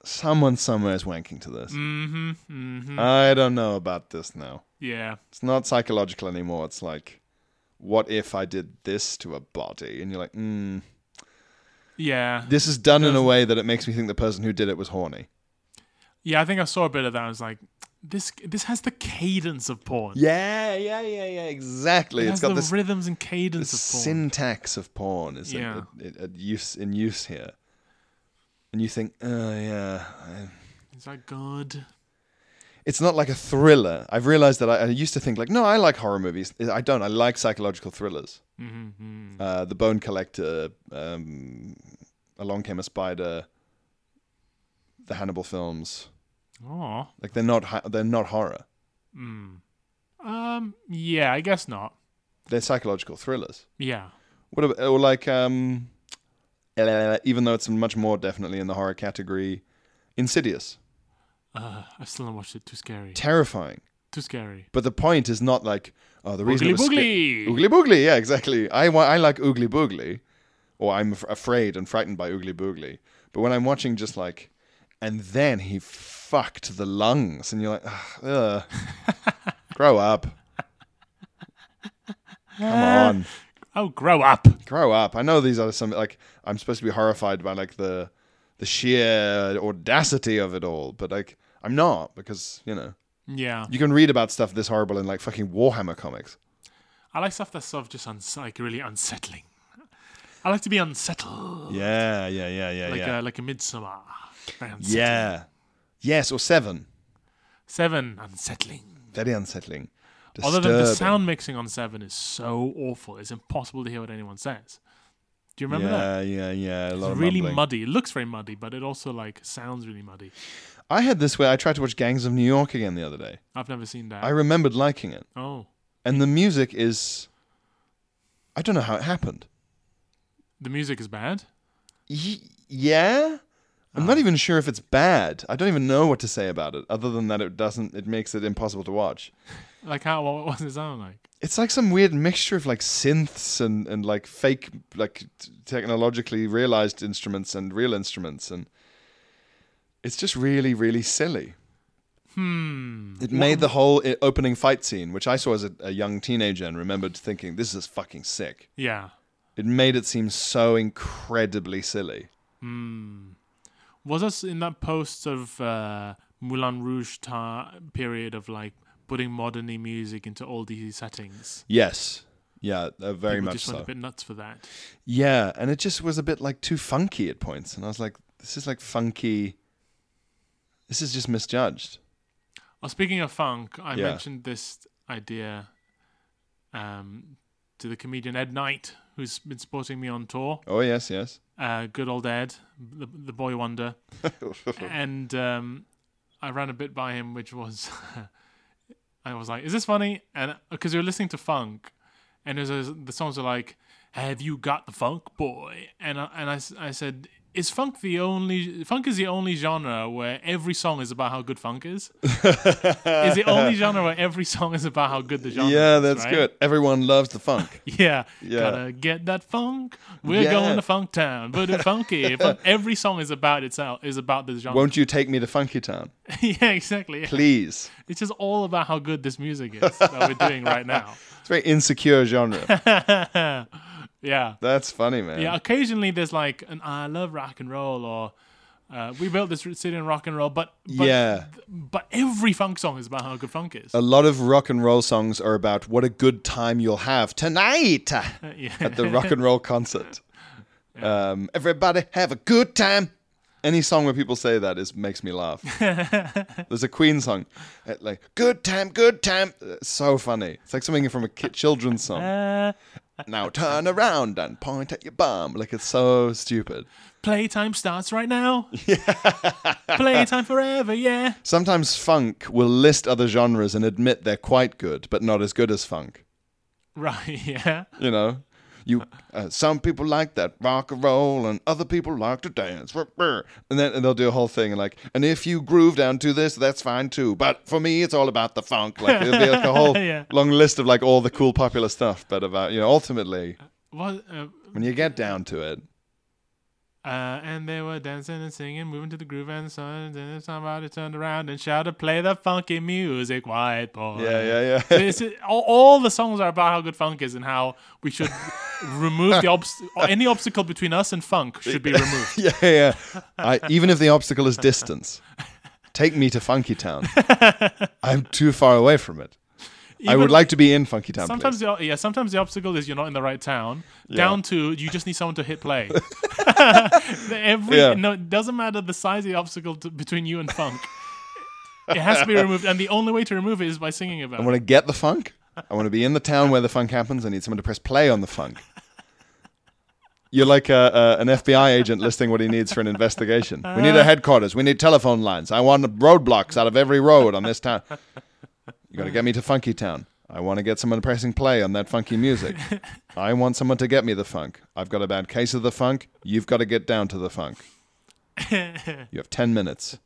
Speaker 2: someone somewhere is wanking to this.
Speaker 3: Mm-hmm. Mm-hmm.
Speaker 2: I don't know about this now.
Speaker 3: Yeah.
Speaker 2: It's not psychological anymore. It's like, what if I did this to a body? And you're like, mm,
Speaker 3: Yeah.
Speaker 2: this is done in a way that it makes me think the person who did it was horny.
Speaker 3: Yeah, I think I saw a bit of that. I was like, this this has the cadence of porn.
Speaker 2: Yeah, yeah, yeah, yeah, exactly.
Speaker 3: It
Speaker 2: It has
Speaker 3: has
Speaker 2: got
Speaker 3: the
Speaker 2: this,
Speaker 3: rhythms and cadence
Speaker 2: this
Speaker 3: of porn.
Speaker 2: syntax of porn is in-
Speaker 3: Yeah.
Speaker 2: it, it- use, in use here. And you think, oh, yeah. I-
Speaker 3: Is that good?
Speaker 2: It's not like a thriller. I've realized that I, I used to think, like, no, I like horror movies. I don't. I like psychological thrillers.
Speaker 3: Mm-hmm.
Speaker 2: Uh, the Bone Collector, um, Along Came a Spider, the Hannibal films.
Speaker 3: Oh.
Speaker 2: Like they're not hi- they're not horror.
Speaker 3: Mm. Um. Yeah, I guess not.
Speaker 2: They're psychological thrillers.
Speaker 3: Yeah.
Speaker 2: What about, or like um, even though it's much more definitely in the horror category. Insidious,
Speaker 3: Uh, I've still not watched it. Too scary.
Speaker 2: terrifying.
Speaker 3: Too scary.
Speaker 2: But the point is not like oh the reason it
Speaker 3: Oogly
Speaker 2: was sca-
Speaker 3: boogly.
Speaker 2: oogly boogly yeah exactly I wa- I like oogly boogly or I'm af- afraid and frightened by oogly boogly but when I'm watching just like and then he fucked the lungs and you're like "Ugh, ugh, grow up come on
Speaker 3: Oh, grow up.
Speaker 2: grow up I know these are some like I'm supposed to be horrified by like the the sheer audacity of it all but like I'm not because you know
Speaker 3: Yeah.
Speaker 2: you can read about stuff this horrible in like fucking Warhammer comics.
Speaker 3: I like stuff that's sort of just uns- like really unsettling. I like to be unsettled,
Speaker 2: Yeah, yeah, yeah, yeah,
Speaker 3: like uh,
Speaker 2: yeah.
Speaker 3: a, like a midsummer. Very unsettling.
Speaker 2: yeah. Yes, or seven.
Speaker 3: Seven unsettling.
Speaker 2: Very unsettling.
Speaker 3: Other than the
Speaker 2: Disturbing.
Speaker 3: sound mixing on Seven is so awful, it's impossible to hear what anyone says. Do you remember that?
Speaker 2: Yeah, yeah, yeah. A lot
Speaker 3: It's
Speaker 2: of
Speaker 3: really
Speaker 2: mumbling.
Speaker 3: muddy. It looks very muddy, but it also like sounds really muddy.
Speaker 2: I had this where I tried to watch Gangs of New York again the other day.
Speaker 3: I've never seen that.
Speaker 2: I remembered liking it,
Speaker 3: oh,
Speaker 2: and the music is. I don't know how it happened.
Speaker 3: the music is bad.
Speaker 2: Y- yeah. I'm
Speaker 3: Ah.
Speaker 2: not even sure if it's bad. I don't even know what to say about it, other than that it doesn't. It makes it impossible to watch.
Speaker 3: Like how what *laughs* was it sound like?
Speaker 2: it's like some weird mixture of like synths and, and like fake like t- technologically realized instruments and real instruments and it's just really really silly hmm it made the whole i- opening fight scene which i saw as a, a young teenager and remembered thinking this is fucking sick
Speaker 3: Yeah.
Speaker 2: it made it seem so incredibly silly
Speaker 3: Was us in that post of uh, Moulin Rouge ta- period of like putting moderny music into all these settings?
Speaker 2: yes yeah uh, very
Speaker 3: People
Speaker 2: much
Speaker 3: just
Speaker 2: so
Speaker 3: went a bit nuts for that.
Speaker 2: Yeah, and it just was a bit like too funky at points, and I was like, "This is like funky. This is just misjudged."
Speaker 3: Oh, speaking of funk, I
Speaker 2: Yeah.
Speaker 3: mentioned this idea um, to the comedian Ed Knight, who's been supporting me on tour.
Speaker 2: Oh yes, yes.
Speaker 3: Uh, good old Ed, the, the
Speaker 2: *laughs*
Speaker 3: boy wonder. and um, I ran a bit by him, which was *laughs* I was like, "Is this funny?" And because we were listening to funk, and it was, uh, the songs were like, "Have you got the funk, boy?" And I, and I, s- I said, "Is funk the only funk is the only genre where every song is about how good funk is? is the
Speaker 2: *laughs*
Speaker 3: only genre where every song is about how good the genre?
Speaker 2: yeah,
Speaker 3: is,
Speaker 2: that's
Speaker 3: right?
Speaker 2: good. Everyone loves the
Speaker 3: *laughs*
Speaker 2: funk.
Speaker 3: Yeah,
Speaker 2: Yeah.
Speaker 3: gotta get that funk. We're
Speaker 2: Yeah.
Speaker 3: going to Funk Town, but it's funky.
Speaker 2: *laughs*
Speaker 3: Fun- Every song is about itself, is about this genre.
Speaker 2: Won't you take me to Funky Town,
Speaker 3: *laughs* yeah, exactly. yeah.
Speaker 2: please?
Speaker 3: It's just all about how good this music is that
Speaker 2: *laughs*
Speaker 3: we're doing right now.
Speaker 2: It's a very insecure
Speaker 3: *laughs*
Speaker 2: genre.
Speaker 3: yeah.
Speaker 2: That's funny, man.
Speaker 3: Yeah, occasionally there's like an I love rock and roll or uh, we built this city in rock and roll, but, but
Speaker 2: Yeah. Oh.
Speaker 3: but every funk song is about how good funk is.
Speaker 2: A lot of rock and roll songs are about what a good time you'll have tonight
Speaker 3: *laughs* yeah.
Speaker 2: at the rock and roll
Speaker 3: *laughs*
Speaker 2: concert. Um, everybody have a good time. Any song where people say that is makes me
Speaker 3: *laughs*
Speaker 2: laugh. There's a Queen song, uh, like "Good Time, Good Time," Uh, so funny. It's like something from a kid, children's song.
Speaker 3: Uh,
Speaker 2: Now turn around and point at your bum, like it's so stupid.
Speaker 3: playtime starts
Speaker 2: *laughs*
Speaker 3: right now. playtime forever, yeah.
Speaker 2: Sometimes funk will list other genres and admit they're quite good, but not as good as funk.
Speaker 3: Right, *laughs* yeah.
Speaker 2: You know, you uh, some people like that rock and roll, and other people like to dance. Ruh, ruh. And then and they'll do a whole thing like, and if you groove down to this, that's fine too. But for me, it's all about the funk. Like it'll be like a *laughs* whole
Speaker 3: Yeah.
Speaker 2: long list of like all the cool popular stuff. But about you know, ultimately,
Speaker 3: What, uh,
Speaker 2: when you get down to it,
Speaker 3: Uh, and they were dancing and singing, moving to the groove and the sun. And then somebody turned around and shouted, "Play the funky music, white boy!"
Speaker 2: yeah, yeah, yeah.
Speaker 3: This is- all, all the songs are about how good funk is and how we
Speaker 2: *laughs*
Speaker 3: should remove the obst- or any obstacle between us and funk should be removed.
Speaker 2: *laughs* yeah, yeah. yeah. I, even if the obstacle is distance, take me to Funky Town. I'm too far away from it. I
Speaker 3: Even-
Speaker 2: would like to be in Funky Town.
Speaker 3: Sometimes
Speaker 2: Sometimes
Speaker 3: the, yeah, sometimes the obstacle is you're not in the right town. Down to you just need someone to hit
Speaker 2: *laughs*
Speaker 3: play. Every
Speaker 2: Yeah.
Speaker 3: no, it doesn't matter the size of the obstacle to, between you and funk. It has to be removed, and the only way to remove it is by singing about
Speaker 2: I
Speaker 3: it.
Speaker 2: want to get the funk. I want to be in the town where the funk happens. I need someone to press play on the funk. You're like a, a, an FBI agent listing what he needs for an investigation. We need a headquarters. We need telephone lines. I want roadblocks out of every road on this town. You got to get me to Funky Town. I I want to get someone pressing play on that funky music. I want someone to get me the funk. I've got a bad case of the funk. You've got to get down to the funk. you have 10 minutes.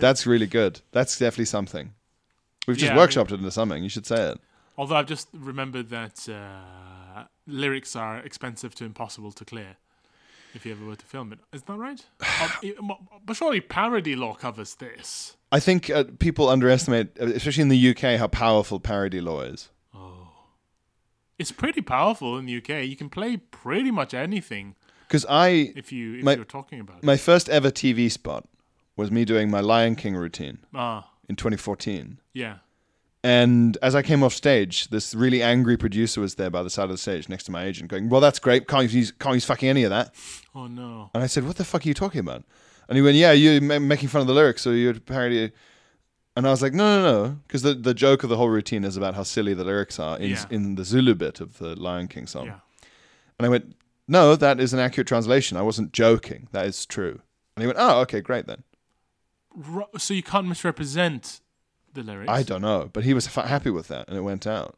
Speaker 2: That's really good. That's definitely something. We've just
Speaker 3: Yeah, I mean-
Speaker 2: workshopped it into something. You should say it.
Speaker 3: Although I've just remembered that uh, lyrics are expensive to impossible to clear if you ever were to film it. Is that
Speaker 2: *sighs*
Speaker 3: right? Uh, but surely parody law covers this.
Speaker 2: I think uh, people underestimate, uh, especially in the UK, how powerful parody law is.
Speaker 3: It's pretty powerful in the UK. You can play pretty much anything
Speaker 2: Because I,
Speaker 3: if you if
Speaker 2: My-
Speaker 3: you're talking about it.
Speaker 2: my first ever TV spot was me doing my Lion King routine
Speaker 3: Ah,
Speaker 2: in 2014.
Speaker 3: yeah.
Speaker 2: And as I came off stage, this really angry producer was there by the side of the stage next to my agent, going, "Well, that's great. Can't use, can't use fucking any of that."
Speaker 3: Oh no.
Speaker 2: And I said, "What the fuck are you talking about?" And he went, "Yeah, you're ma- making fun of the lyrics, so you're parody." And I was like, "No, no, no," because the the joke of the whole routine is about how silly the lyrics are in
Speaker 3: Yeah.
Speaker 2: in the Zulu bit of the Lion King song.
Speaker 3: Yeah.
Speaker 2: And I went, "No, that is an accurate translation. I wasn't joking. That is true." And he went, "Oh, okay, great then."
Speaker 3: Ro- so you can't misrepresent the lyrics.
Speaker 2: I don't know, but he was f- happy with that, and it went out.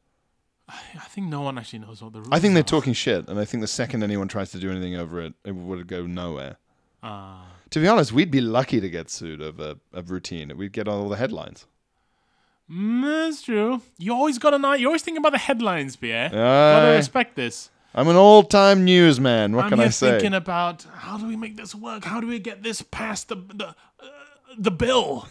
Speaker 3: I think no one actually knows what the rules.
Speaker 2: I think they're
Speaker 3: are.
Speaker 2: talking shit, and I think the second anyone tries to do anything over it, it would go nowhere.
Speaker 3: Ah.
Speaker 2: To be honest, we'd be lucky to get sued over a routine. We'd get all the headlines.
Speaker 3: Mm, that's true. You always got an eye. You always think about the headlines, Pierre.
Speaker 2: Aye.
Speaker 3: Gotta respect this.
Speaker 2: I'm an old-time newsman. What
Speaker 3: I'm
Speaker 2: can
Speaker 3: here
Speaker 2: I say?
Speaker 3: thinking about how do we make this work? How do we get this past the the, uh, the
Speaker 2: *laughs*
Speaker 3: bill?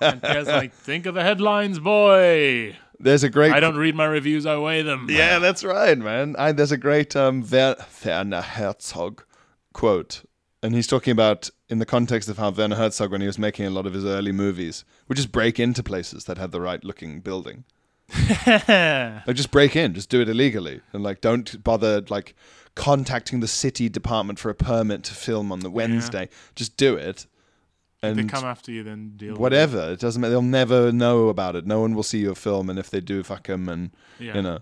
Speaker 3: and Pierre's like, think of the headlines, boy.
Speaker 2: there's a great.
Speaker 3: I don't read my reviews. I weigh them. *laughs*
Speaker 2: Yeah, that's right, man. I, there's a great um, Wer- Werner Herzog quote, and he's talking about in the context of how Werner Herzog, when he was making a lot of his early movies, would just break into places that had the right-looking building. Like just break in, just do it illegally, and like don't bother like contacting the city department for a permit to film on the Wednesday. Just do it,
Speaker 3: They
Speaker 2: and
Speaker 3: come after you, then deal. with it.
Speaker 2: whatever. It doesn't. ma- They'll never know about it. No one will see your film, and if they do, fuck them, and
Speaker 3: Yeah.
Speaker 2: you know.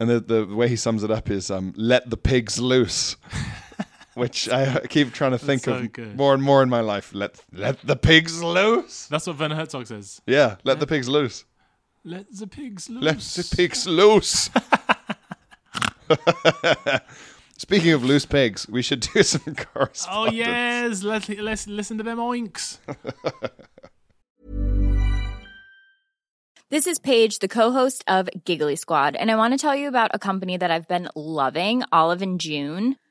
Speaker 2: And the the way he sums it up is, um, "Let the pigs loose,"
Speaker 3: *laughs*
Speaker 2: which I keep trying to think
Speaker 3: so
Speaker 2: of
Speaker 3: good.
Speaker 2: more and more in my life. Let let the pigs loose.
Speaker 3: That's what Werner Herzog says.
Speaker 2: Yeah, let the pigs loose.
Speaker 3: Let the pigs loose.
Speaker 2: Let the pigs loose. *laughs* Speaking of loose pigs, we should do *laughs* some correspondence.
Speaker 3: Oh yes, let's let's listen to them oinks.
Speaker 4: This is Paige, the co-host of Giggly Squad, and I want to tell you about a company that I've been loving, Olive and June.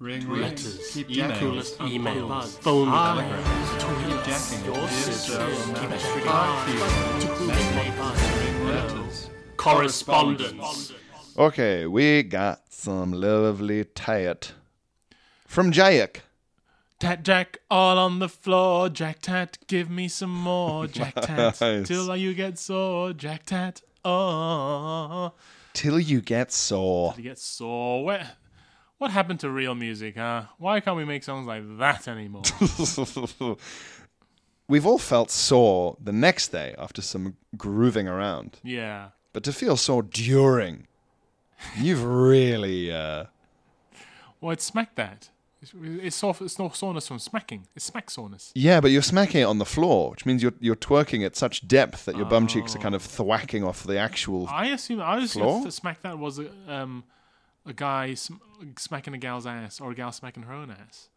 Speaker 5: Ring letters, keep emails, coolest
Speaker 6: emails,
Speaker 5: bugs,
Speaker 6: phone
Speaker 5: eyes, tweets,
Speaker 6: calls, tweets,
Speaker 5: your
Speaker 6: your
Speaker 5: sister,
Speaker 6: sister,
Speaker 5: keep
Speaker 6: keep
Speaker 5: it
Speaker 6: eyes,
Speaker 5: straight,
Speaker 6: to
Speaker 5: messages,
Speaker 6: goodbye.
Speaker 5: ring letters.
Speaker 6: Correspondence.
Speaker 2: Okay, we got some lovely tat from Jayak.
Speaker 3: Tat Jack all on the floor. Jack Tat, give me some more. Jack Tat
Speaker 2: Nice.
Speaker 3: till you get sore. Jack Tat, oh,
Speaker 2: Till you get
Speaker 3: *laughs*
Speaker 2: sore.
Speaker 3: you get sore. What what happened to real music, huh? Why can't we make songs like that anymore?
Speaker 2: We've all felt sore the next day after some grooving around,
Speaker 3: yeah,
Speaker 2: but to feel sore during, you've really uh,
Speaker 3: well, it's smack that. It's, it's, soft, it's not soreness from smacking. It's smack soreness.
Speaker 2: Yeah, but you're smacking it on the floor, which means you're you're twerking at such depth that your bum cheeks are kind of thwacking off the actual.
Speaker 3: I assume I
Speaker 2: Floor?
Speaker 3: assume that smack that was a, um, a guy sm- smacking a gal's ass or a gal smacking her own ass.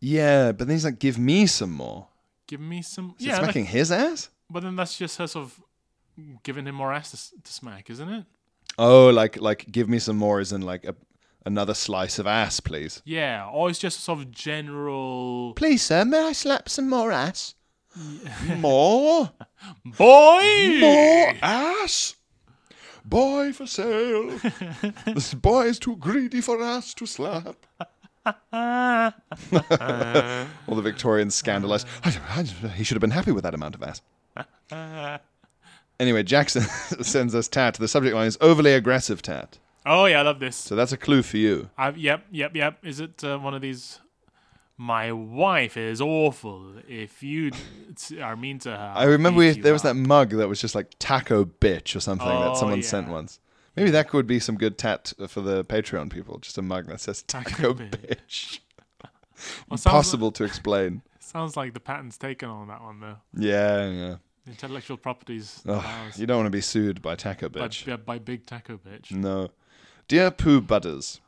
Speaker 2: Yeah, but then he's like, "Give me some more."
Speaker 3: Give me some.
Speaker 2: Is it
Speaker 3: yeah, like-
Speaker 2: smacking his ass?
Speaker 3: but then that's just her sort of giving him more ass to, s- to smack, isn't it?
Speaker 2: Oh, like like give me some more is in like a, another slice of ass, please.
Speaker 3: Yeah, or it's just a sort of general
Speaker 2: Please, sir, may I slap some more ass? more,
Speaker 3: boy.
Speaker 2: more ass. Boy for sale. this boy is too greedy for ass to slap.
Speaker 3: Ah.
Speaker 2: All the Victorians scandalized. he should have been happy with that amount of ass. anyway, Jackson *laughs* sends us tat. The subject line is overly aggressive tat.
Speaker 3: Oh yeah, I love this.
Speaker 2: So that's a clue for you.
Speaker 3: i yep, yep, yep. Is it uh, one of these? My wife is awful. If you *laughs* t- are mean to her,
Speaker 2: I remember we,
Speaker 3: beat you
Speaker 2: there was that
Speaker 3: up."
Speaker 2: mug that was just like taco bitch or something
Speaker 3: Oh,
Speaker 2: that someone
Speaker 3: yeah.
Speaker 2: sent once. Maybe that could be some good tat for the Patreon people. Just a mug that says taco bitch.
Speaker 3: Well, sounds like-
Speaker 2: Impossible to explain.
Speaker 3: Sounds like the patent's taken on that one, though.
Speaker 2: Yeah, yeah.
Speaker 3: Intellectual properties
Speaker 2: Ugh,
Speaker 3: ours
Speaker 2: you don't want to be sued by taco
Speaker 3: by,
Speaker 2: bitch. Mm.
Speaker 3: by, by Big Taco Bitch.
Speaker 2: No. Dear Pooh Butters.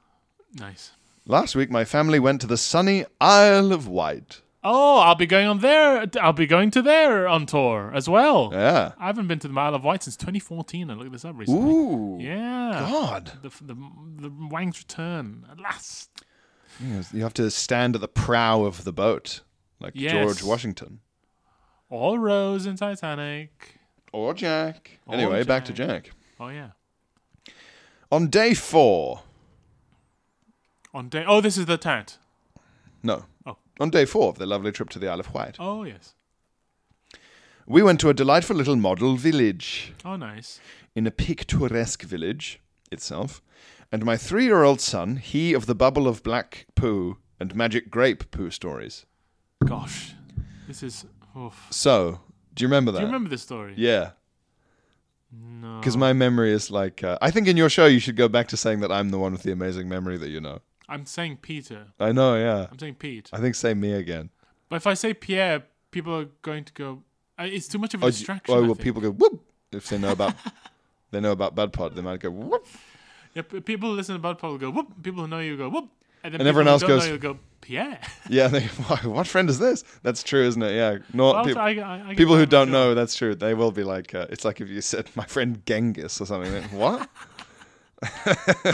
Speaker 3: Nice.
Speaker 2: Last week, my family went to the sunny Isle of Wight.
Speaker 3: Oh, I'll be going on there. I'll be going to there on tour as well.
Speaker 2: Yeah.
Speaker 3: I haven't been to the Isle of Wight since 2014. I looked this up recently.
Speaker 2: Ooh.
Speaker 3: Yeah.
Speaker 2: God.
Speaker 3: The, the, the Wang's return at last.
Speaker 2: You have to stand at the prow of the boat, like
Speaker 3: Yes.
Speaker 2: George Washington.
Speaker 3: All Rose in Titanic.
Speaker 2: Or Jack.
Speaker 3: Or
Speaker 2: anyway, back to
Speaker 3: Jack.
Speaker 2: Jack.
Speaker 3: Oh yeah.
Speaker 2: On day four.
Speaker 3: On day. Oh, this is the tat.
Speaker 2: No.
Speaker 3: Oh.
Speaker 2: On day four of their lovely trip to the Isle of Wight,
Speaker 3: Oh yes.
Speaker 2: we went to a delightful little model village.
Speaker 3: Oh nice.
Speaker 2: in a picturesque village itself, and my three year old son, he of the bubble of black poo and magic grape poo stories.
Speaker 3: Gosh, this is. Oof.
Speaker 2: So, do you remember that?
Speaker 3: Do you remember Uh-huh. this story?
Speaker 2: Yeah.
Speaker 3: No.
Speaker 2: Because my memory is like, uh, I think in your show you should go back to saying that I'm the one with the amazing memory that you know.
Speaker 3: I'm saying Peter.
Speaker 2: I know, yeah.
Speaker 3: I'm saying Pete.
Speaker 2: I think say me again.
Speaker 3: But if I say Pierre, people are going to go. I- It's too much of a
Speaker 2: Oh, d-
Speaker 3: distraction.
Speaker 2: oh
Speaker 3: I
Speaker 2: well,
Speaker 3: think.
Speaker 2: people go whoop if they know
Speaker 3: *laughs*
Speaker 2: about they know about Bud Pod. They might go whoop.
Speaker 3: Yeah, p- people who listen to Bud Pod will go whoop. People who know you go whoop, and then
Speaker 2: And everyone
Speaker 3: people who
Speaker 2: else
Speaker 3: don't
Speaker 2: goes-
Speaker 3: Know you go
Speaker 2: *laughs*
Speaker 3: Pierre.
Speaker 2: Yeah, they, what friend is this? That's true, isn't it? Yeah, not
Speaker 3: Well,
Speaker 2: peop-
Speaker 3: I- I- I get
Speaker 2: people
Speaker 3: that,
Speaker 2: who
Speaker 3: I'm
Speaker 2: don't
Speaker 3: sure.
Speaker 2: know. That's true. They will be like, uh, it's like if you said my friend Genghis or something. Like,
Speaker 3: *laughs*
Speaker 2: what? *laughs*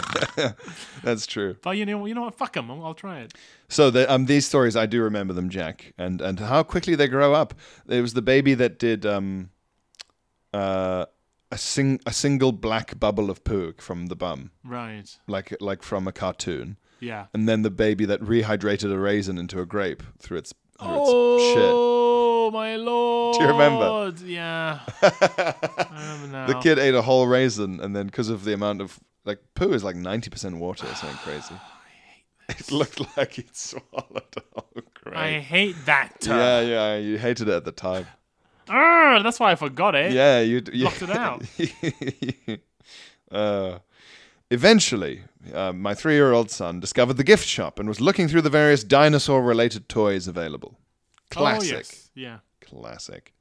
Speaker 2: that's true.
Speaker 3: But you know, you know what? Fuck them. I'll, I'll try it.
Speaker 2: So the, um, these stories, I do remember them, Jack, and and how quickly they grow up. It was the baby that did um, uh, a sing a single black bubble of poo from the bum,
Speaker 3: Right.
Speaker 2: like like from a cartoon,
Speaker 3: Yeah.
Speaker 2: and then the baby that rehydrated a raisin into a grape through its through its shit.
Speaker 3: Oh my lord!
Speaker 2: Do you remember?
Speaker 3: Yeah. I remember now.
Speaker 2: The kid ate a whole raisin, and then because of the amount of like poo is like ninety percent water or something
Speaker 3: *sighs*
Speaker 2: crazy. *laughs* It looked like he'd swallowed a whole
Speaker 3: I
Speaker 2: grape.
Speaker 3: hate that.
Speaker 2: Yeah, yeah, you hated it at the
Speaker 3: *laughs*
Speaker 2: time.
Speaker 3: Arr, Ah, that's why I forgot it. Oh,
Speaker 2: Yeah, you you
Speaker 3: Blocked it out.
Speaker 2: *laughs* uh, eventually, uh, my three-year-old son discovered the gift shop and was looking through the various dinosaur-related toys available. Classic.
Speaker 3: Oh, yes. Yeah.
Speaker 2: Classic.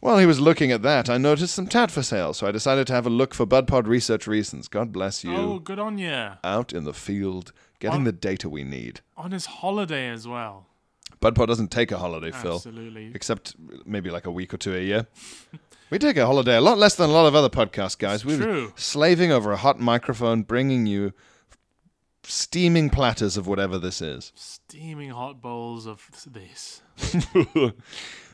Speaker 2: While he was looking at that, I noticed some tat for sale, so I decided to have a look for BudPod research reasons. God bless you.
Speaker 3: Oh, good on you.
Speaker 2: Out in the field, getting the data we need.
Speaker 3: On his holiday as well.
Speaker 2: BudPod doesn't take a holiday, Phil.
Speaker 3: Absolutely.
Speaker 2: Except maybe like a week or two a year. *laughs* we take a holiday a lot less than a lot of other podcasts, guys. we were
Speaker 3: true.
Speaker 2: slaving over a hot microphone, bringing you steaming platters of whatever this is.
Speaker 3: Steaming hot bowls of this.
Speaker 2: *laughs*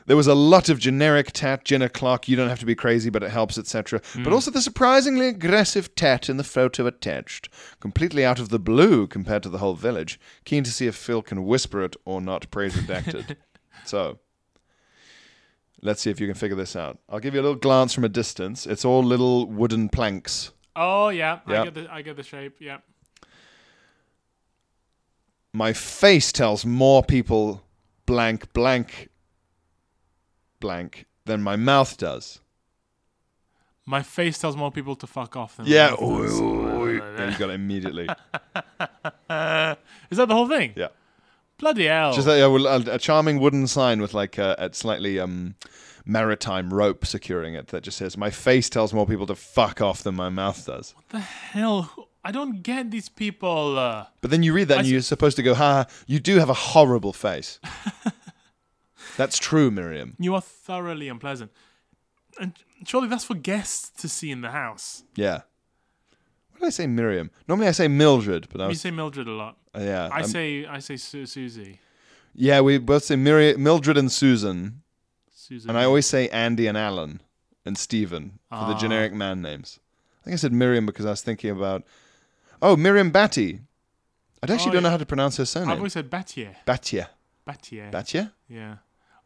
Speaker 2: There was a lot of generic tat, Jenna Clark, you don't have to be crazy, but it helps, etc. But also the surprisingly aggressive tat in the photo attached, completely out of the blue compared to the whole village. Keen to see if Phil can whisper it or not, praise redacted. so, let's see if you can figure this out. I'll give you a little glance from a distance. It's all little wooden planks.
Speaker 3: Oh yeah,
Speaker 2: Yeah.
Speaker 3: I get the I get the shape. Yeah.
Speaker 2: My face tells more people blank, blank, blank than my mouth does.
Speaker 3: My face tells more people to fuck off than
Speaker 2: Yeah.
Speaker 3: my mouth does. *laughs*
Speaker 2: Then you got it immediately.
Speaker 3: Is that the whole thing?
Speaker 2: Yeah.
Speaker 3: Bloody hell.
Speaker 2: Just a, a, a charming wooden sign with like a, a slightly um, maritime rope securing it that just says, "My face tells more people to fuck off than my mouth does."
Speaker 3: the hell? Who- I don't get these people. Uh,
Speaker 2: But then you read that, and
Speaker 3: see.
Speaker 2: you're supposed to go, "Ha! ha, You do have a horrible
Speaker 3: *laughs*
Speaker 2: face." That's true, Miriam.
Speaker 3: you are thoroughly unpleasant. And surely that's for guests to see in the house.
Speaker 2: Yeah. What did I say, Miriam? Normally I say Mildred, but I
Speaker 3: You
Speaker 2: was,
Speaker 3: say Mildred a lot.
Speaker 2: uh, yeah,
Speaker 3: I
Speaker 2: um,
Speaker 3: say I say Su- Susie.
Speaker 2: yeah. We both say Mir- Mildred and Susan,
Speaker 3: Susan.
Speaker 2: and I always say Andy and Alan and Stephen for
Speaker 3: Ah.
Speaker 2: the generic man names. I think I said Miriam because I was thinking about oh Miriam Batty. I actually
Speaker 3: Oh,
Speaker 2: don't know
Speaker 3: yeah.
Speaker 2: how to pronounce her
Speaker 3: I've
Speaker 2: surname.
Speaker 3: always said Battier.
Speaker 2: Batya.
Speaker 3: Battier.
Speaker 2: Batya.
Speaker 3: yeah.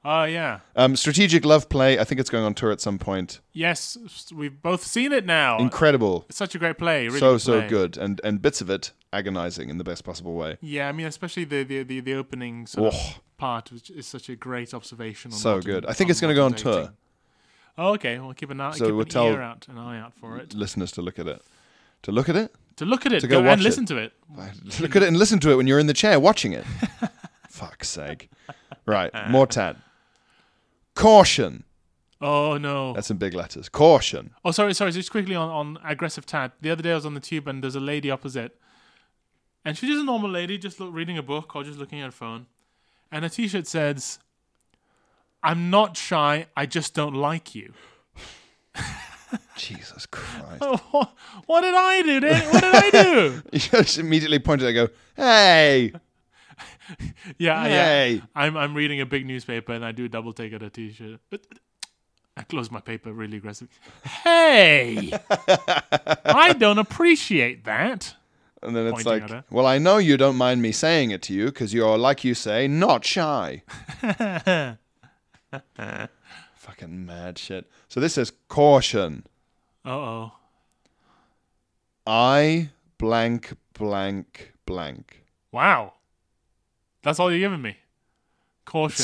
Speaker 3: Oh yeah.
Speaker 2: Um, strategic love play. I think it's going on tour at some point.
Speaker 3: Yes, s- we've both seen it now.
Speaker 2: Incredible.
Speaker 3: Oh, It's such a great play. Really
Speaker 2: so
Speaker 3: good
Speaker 2: so
Speaker 3: play.
Speaker 2: good, and and bits of it agonizing in the best possible way.
Speaker 3: Yeah, I mean, especially the the the, the opening sort
Speaker 2: Oh.
Speaker 3: of part, which is such a great observation. On
Speaker 2: So
Speaker 3: modern-
Speaker 2: good. I think it's gonna go
Speaker 3: modern
Speaker 2: on tour.
Speaker 3: dating. Oh, okay. Well, keep an eye,
Speaker 2: So
Speaker 3: keep
Speaker 2: we'll
Speaker 3: an
Speaker 2: tell-
Speaker 3: ear out, an eye out for it.
Speaker 2: Listeners to look at it. To look at it.
Speaker 3: To look at it,
Speaker 2: to go
Speaker 3: go,
Speaker 2: watch
Speaker 3: and
Speaker 2: it.
Speaker 3: listen to it.
Speaker 2: Look at it and listen to it when you're in the chair watching
Speaker 3: *laughs*
Speaker 2: it. Fuck's sake. Right, more tad. Caution.
Speaker 3: Oh no.
Speaker 2: That's in big letters. Caution.
Speaker 3: Oh, sorry, sorry. Just quickly on, on aggressive tad. The other day I was on the tube and there's a lady opposite, and she's just a normal lady, just look, reading a book or just looking at her phone, and her T-shirt says, "I'm not shy. I just don't like you." *laughs*
Speaker 2: Jesus Christ.
Speaker 3: what, what did I do? Did, what did I do?
Speaker 2: You just immediately pointed at it and go, hey.
Speaker 3: yeah,
Speaker 2: Hey.
Speaker 3: yeah. I'm I'm reading a big newspaper and I do a double take at a T-shirt. I close my paper really aggressively.
Speaker 2: *laughs*
Speaker 3: Hey, I don't appreciate that.
Speaker 2: And then it's
Speaker 3: Pointing at
Speaker 2: like,
Speaker 3: her.
Speaker 2: well, I know you don't mind me saying it to you because you're, like you say, not
Speaker 3: *laughs*
Speaker 2: shy. Fucking mad shit. So this says caution.
Speaker 3: Uh oh.
Speaker 2: I blank, blank, blank.
Speaker 3: Wow. That's all you're giving me. Caution.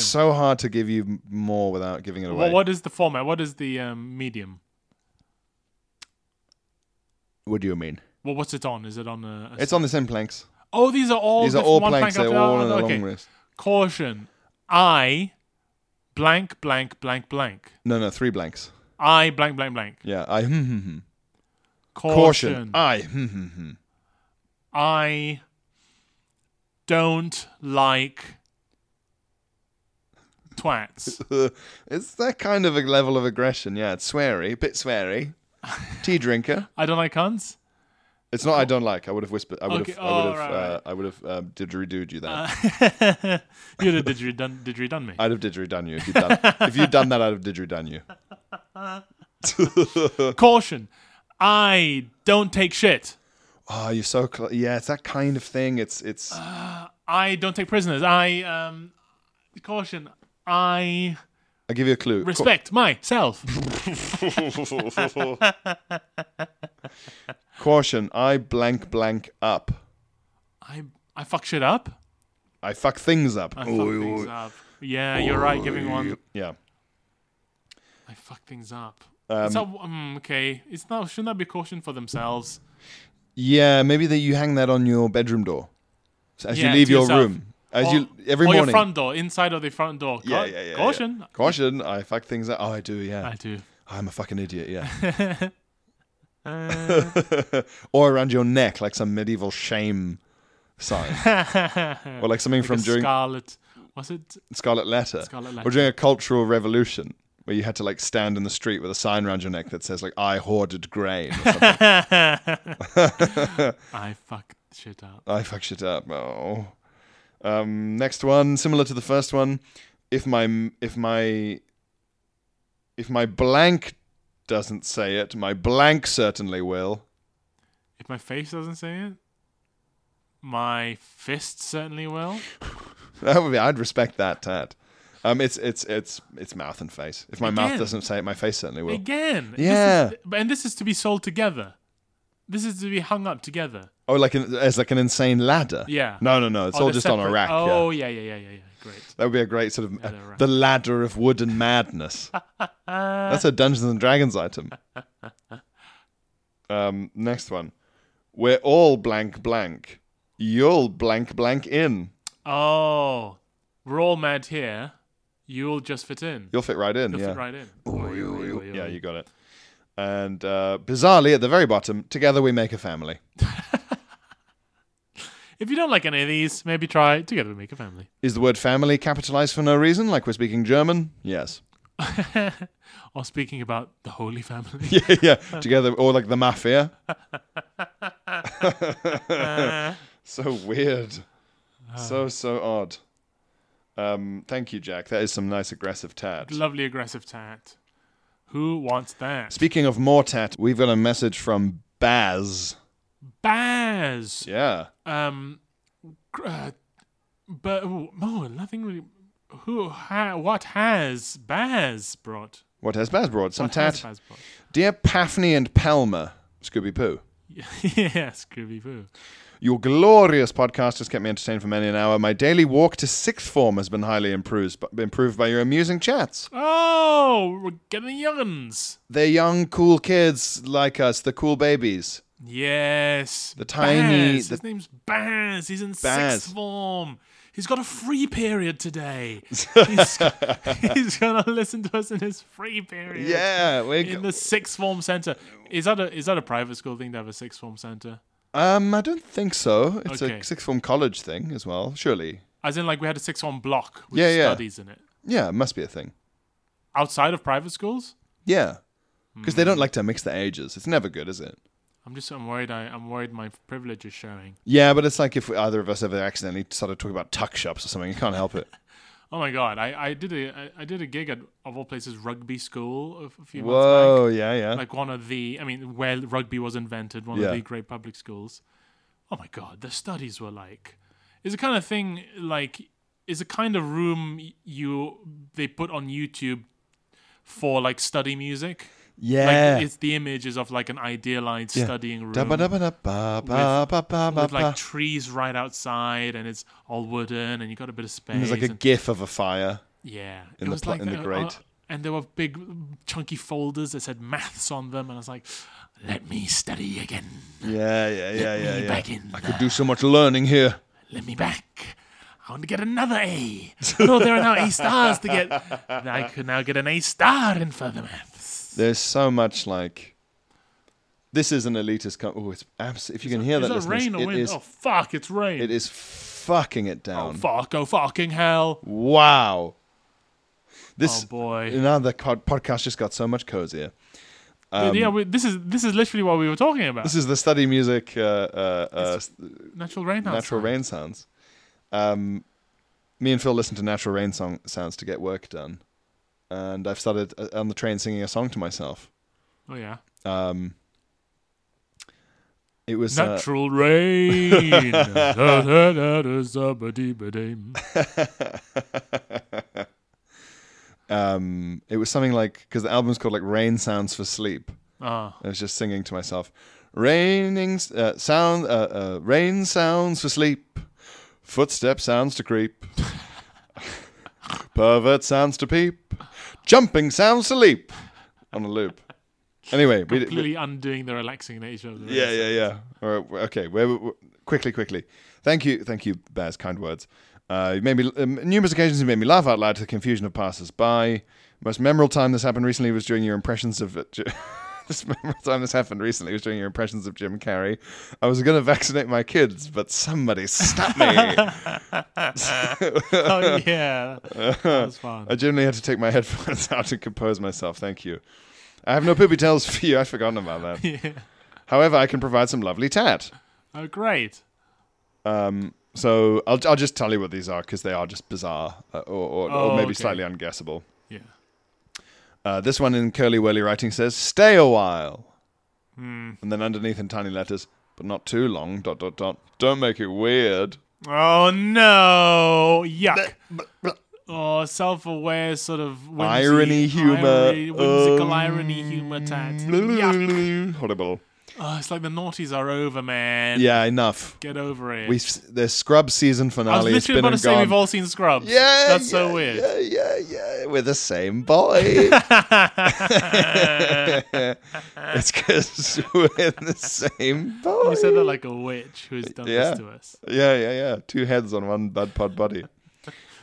Speaker 2: It's so hard to give you m- more without giving it away.
Speaker 3: Wha- what is the format? What is the um, medium?
Speaker 2: What do you mean?
Speaker 3: Well, what's it on? Is it on a? a
Speaker 2: It's on the same planks.
Speaker 3: oh, these are all.
Speaker 2: These are
Speaker 3: diff-
Speaker 2: all
Speaker 3: one
Speaker 2: planks.
Speaker 3: Plank
Speaker 2: They're
Speaker 3: after-
Speaker 2: all on
Speaker 3: oh,
Speaker 2: the
Speaker 3: okay.
Speaker 2: long list.
Speaker 3: Caution. I blank blank blank blank.
Speaker 2: No, no, three blanks.
Speaker 3: I blank blank blank.
Speaker 2: Yeah, I hmm hmm hmm.
Speaker 3: Caution.
Speaker 2: Caution. I *laughs* hmm hmm hmm.
Speaker 3: I don't like twats.
Speaker 2: It's that hmm. kind of a level of aggression. Yeah, it's sweary, bit sweary. Tea drinker.
Speaker 3: I don't like *laughs* cunts.
Speaker 2: It's not. I don't like. I would have whispered. I would have.
Speaker 3: Okay,
Speaker 2: I would
Speaker 3: oh,
Speaker 2: have.
Speaker 3: right,
Speaker 2: uh,
Speaker 3: right.
Speaker 2: I would have uh, didgeridooed you that.
Speaker 3: You'd have didgeridun, didgeridun me.
Speaker 2: I'd have didgeridone you if you'd done. if you'd done that, I'd have didgeridone you.
Speaker 3: Caution. I don't take shit.
Speaker 2: Oh, you're so close. Yeah, it's that kind of thing. It's it's.
Speaker 3: Uh. I don't take prisoners. I um caution. I
Speaker 2: I'll give you a clue. Ca-
Speaker 3: respect myself.
Speaker 2: caution. I blank blank up.
Speaker 3: I I fuck shit up.
Speaker 2: I fuck things up.
Speaker 3: I fuck things up. Yeah, you're right. Giving one.
Speaker 2: Yeah.
Speaker 3: I fuck things up. It's not- mm, okay. It's not. Shouldn't that be caution for themselves?
Speaker 2: Yeah, maybe that you hang that on your bedroom door So as
Speaker 3: Yeah,
Speaker 2: you leave
Speaker 3: to
Speaker 2: your
Speaker 3: yourself.
Speaker 2: room. As
Speaker 3: Or-
Speaker 2: you every
Speaker 3: or
Speaker 2: morning.
Speaker 3: your front door, inside of the front door. Ca-
Speaker 2: yeah, yeah, yeah,
Speaker 3: Caution.
Speaker 2: yeah. Caution. I fuck things up. Oh, I do. Yeah.
Speaker 3: I do. *laughs*
Speaker 2: I'm a fucking idiot. Yeah. *laughs* or around your neck, like some medieval shame
Speaker 3: *laughs*
Speaker 2: sign, or like something from
Speaker 3: Like a
Speaker 2: during
Speaker 3: Scarlet. Was it?
Speaker 2: Scarlet Letter,
Speaker 3: Scarlet
Speaker 2: or
Speaker 3: Letter.
Speaker 2: during a cultural revolution where you had to like stand in the street with a sign around your neck that says like "I hoarded grain." Or
Speaker 3: *laughs*
Speaker 2: something.
Speaker 3: I fuck shit up.
Speaker 2: I fuck shit up. Oh. Um, next one, similar to the first one. If my if my if my blank doesn't say it, my blank certainly will.
Speaker 3: If my face doesn't say it, my fist certainly will.
Speaker 2: That would be. I'd respect that tat. Um, it's it's it's it's mouth and face. If my mouth
Speaker 3: Again.
Speaker 2: doesn't say it, my face certainly will.
Speaker 3: Again.
Speaker 2: Yeah.
Speaker 3: This is, and this is to be sold together. This is to be hung up together.
Speaker 2: Oh, like an, as like an insane ladder.
Speaker 3: Yeah.
Speaker 2: No, no, no. It's
Speaker 3: Oh,
Speaker 2: all
Speaker 3: they're
Speaker 2: just on a
Speaker 3: separate.
Speaker 2: rack.
Speaker 3: Oh,
Speaker 2: yeah.
Speaker 3: yeah, yeah, yeah, yeah, yeah. Great.
Speaker 2: That would be a great sort of uh,
Speaker 3: they're a rack.
Speaker 2: the ladder of wood and madness.
Speaker 3: *laughs*
Speaker 2: That's a Dungeons and Dragons item. Um, next one. We're all blank blank. You'll blank blank in.
Speaker 3: Oh, we're all mad here. You'll just fit in.
Speaker 2: You'll fit right in.
Speaker 3: You'll
Speaker 2: yeah.
Speaker 3: fit right in.
Speaker 2: Yeah, you got it. And uh, bizarrely, at the very bottom, together we make a family.
Speaker 3: If you don't like any of these, maybe try Together We Make a Family.
Speaker 2: Is the word family capitalized for no reason, like we're speaking German? Yes. *laughs*
Speaker 3: or Oh, speaking about the
Speaker 2: *laughs*
Speaker 3: Holy Family.
Speaker 2: yeah, yeah. Together, or like the mafia. *laughs* so weird. So, so odd. Um, thank you, Jack. That is some nice aggressive tat.
Speaker 3: Lovely aggressive tat. Who wants that?
Speaker 2: Speaking of more tat, we've got a message from Baz.
Speaker 3: Baz.
Speaker 2: Yeah.
Speaker 3: Um, gr- uh, but oh, oh, nothing really. Who? Ha, what has Baz brought?
Speaker 2: What has Baz brought? Some
Speaker 3: What has
Speaker 2: tat.
Speaker 3: Baz brought? *laughs*
Speaker 2: Dear Pafney and Palmer, Scooby Poo.
Speaker 3: yeah, Scooby Poo.
Speaker 2: Your glorious podcast has kept me entertained for many an hour. My daily walk to sixth form has been highly improved, improved by your amusing chats.
Speaker 3: Oh, we're getting younguns.
Speaker 2: They're young, cool kids like us, the cool babies.
Speaker 3: Yes.
Speaker 2: The tiny-
Speaker 3: Baz.
Speaker 2: the-
Speaker 3: His name's Baz. He's in
Speaker 2: Baz.
Speaker 3: sixth form. He's got a free
Speaker 2: *laughs*
Speaker 3: period today. he's, he's gonna listen to us in his free period.
Speaker 2: Yeah, we
Speaker 3: In the sixth form center. Is that a is that a private school thing to have a sixth form center?
Speaker 2: um, I don't think so. It's
Speaker 3: Okay.
Speaker 2: a sixth form college thing as well, surely.
Speaker 3: As in, like we had a sixth form block with
Speaker 2: Yeah, yeah.
Speaker 3: studies in it.
Speaker 2: Yeah, it must be a thing.
Speaker 3: Outside of private schools,
Speaker 2: Yeah, because
Speaker 3: Hmm.
Speaker 2: they don't like to mix the ages. It's never good, is it?
Speaker 3: I'm just I'm worried. I, I'm worried my privilege is showing.
Speaker 2: Yeah, but it's like if either of us ever accidentally started talking about tuck shops or something, you can't
Speaker 3: *laughs*
Speaker 2: help it.
Speaker 3: Oh my god! I, I did a I, I did a gig at of all places rugby school a, f- a few months back.
Speaker 2: Whoa, yeah, yeah.
Speaker 3: like one of the i mean where rugby was invented one
Speaker 2: Yeah.
Speaker 3: of the great public schools oh my god the studies were like is the kind of thing like is a kind of room y- you they put on youtube for like study music
Speaker 2: yeah.
Speaker 3: like it's the images of like an idealized
Speaker 2: yeah.
Speaker 3: studying room
Speaker 2: With
Speaker 3: with like trees right outside and it's all wooden and you got a bit of space
Speaker 2: There's like a
Speaker 3: and-
Speaker 2: gif of a fire.
Speaker 3: yeah,
Speaker 2: in the pla- in the
Speaker 3: that, uh,
Speaker 2: grate.
Speaker 3: and there were big, chunky folders that said maths on them, and I was like, "Let me study again.
Speaker 2: Yeah, yeah, yeah, yeah.
Speaker 3: me
Speaker 2: yeah.
Speaker 3: back in
Speaker 2: I could do so much learning here.
Speaker 3: Let me back. I want to get another A. no, there are now A stars
Speaker 2: *laughs*
Speaker 3: to get. I could now get an A star in further maths.
Speaker 2: There's so much like. This is an elitist. Com- oh, it's abs- if you can hear
Speaker 3: is
Speaker 2: that,
Speaker 3: it
Speaker 2: listeners,
Speaker 3: rain or
Speaker 2: it
Speaker 3: wind?
Speaker 2: is-
Speaker 3: oh fuck, it's rain.
Speaker 2: it is fucking it
Speaker 3: Oh
Speaker 2: down.
Speaker 3: fuck! Oh fucking hell!
Speaker 2: Wow. This
Speaker 3: Oh, boy.
Speaker 2: Now the co- podcast just got so much cozier.
Speaker 3: yeah, we, this is this is literally what we were talking about.
Speaker 2: um, This is the study music, uh, uh, uh, s-
Speaker 3: natural rain.
Speaker 2: natural
Speaker 3: outside.
Speaker 2: rain sounds. Um, me and Phil listen to natural rain song- sounds to get work done, and I've started uh, on the train singing a song to myself.
Speaker 3: Oh yeah.
Speaker 2: It was uh,
Speaker 3: Natural
Speaker 2: *laughs*
Speaker 3: rain. Da, da, da, da, zabba-dee-ba-dame.
Speaker 2: um, it was something like because the album's called like Rain Sounds for Sleep.
Speaker 3: Ah.
Speaker 2: I was just singing to myself, raining s- uh, sound, uh, uh, rain sounds for sleep, footstep sounds to creep, pervert sounds to peep, jumping sounds to leap, on a loop. Anyway, we, we,
Speaker 3: completely undoing the relaxing nature of the
Speaker 2: yeah, yeah, yeah. All right, okay, where, where- quickly, quickly. Thank you, thank you, Baz. Kind words. Uh, you made me um, numerous occasions. You made me laugh out loud to the confusion of passers-by. Most memorable time this happened recently was during your impressions of. Uh, J- *laughs* this memorable time this happened recently was during your impressions of Jim Carrey. I was going to vaccinate my kids, but somebody stopped me.
Speaker 3: Oh yeah, that was
Speaker 2: *laughs*
Speaker 3: fun.
Speaker 2: I generally had to take my headphones out to compose myself. Thank you. I have no poopy tails for you. I'd forgotten about that. However, I can provide some lovely tat.
Speaker 3: Oh great.
Speaker 2: So I'll, I'll just tell you what these are because they are just bizarre uh, or, or,
Speaker 3: Oh,
Speaker 2: or maybe
Speaker 3: okay.
Speaker 2: slightly unguessable.
Speaker 3: Yeah.
Speaker 2: Uh, this one in curly whirly writing says, "Stay a while,"
Speaker 3: Hmm.
Speaker 2: and then underneath in tiny letters, "But not too long." Dot dot dot. Don't make it weird.
Speaker 3: Oh no! Yuck. Oh, self-aware sort of whimsy,
Speaker 2: Irony humor.
Speaker 3: irony- whimsical
Speaker 2: Um,
Speaker 3: irony humor tat. Yuck.
Speaker 2: Horrible.
Speaker 3: Oh, it's like the naughties are over, man.
Speaker 2: Yeah, enough.
Speaker 3: Get over it.
Speaker 2: We've the Scrub season
Speaker 3: I was
Speaker 2: finale. has
Speaker 3: literally
Speaker 2: been
Speaker 3: about to
Speaker 2: and
Speaker 3: say
Speaker 2: gone.
Speaker 3: we've all seen Scrubs.
Speaker 2: yeah,
Speaker 3: That's
Speaker 2: yeah,
Speaker 3: so weird.
Speaker 2: Yeah, yeah, yeah. We're the same
Speaker 3: *laughs*
Speaker 2: boy. *laughs* it's because we're
Speaker 3: *laughs*
Speaker 2: the same boy.
Speaker 3: You said that like a witch who has done
Speaker 2: Yeah.
Speaker 3: this to us.
Speaker 2: Yeah, yeah, yeah. Two heads on one bad pod
Speaker 3: *laughs*
Speaker 2: body.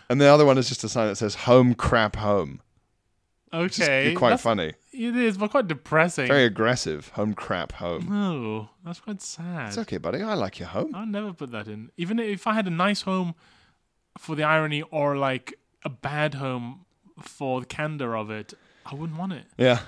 Speaker 2: And the other one is just a sign that says "Home Crap Home." Just
Speaker 3: Okay.
Speaker 2: quite
Speaker 3: that's-
Speaker 2: funny,
Speaker 3: It is, but quite depressing.
Speaker 2: very aggressive. Home crap home.
Speaker 3: no, that's quite sad.
Speaker 2: It's okay, buddy. I like your home.
Speaker 3: I'll never put that in. Even if I had a nice home for the irony or like a bad home for the candor of it, I wouldn't want it.
Speaker 2: Yeah.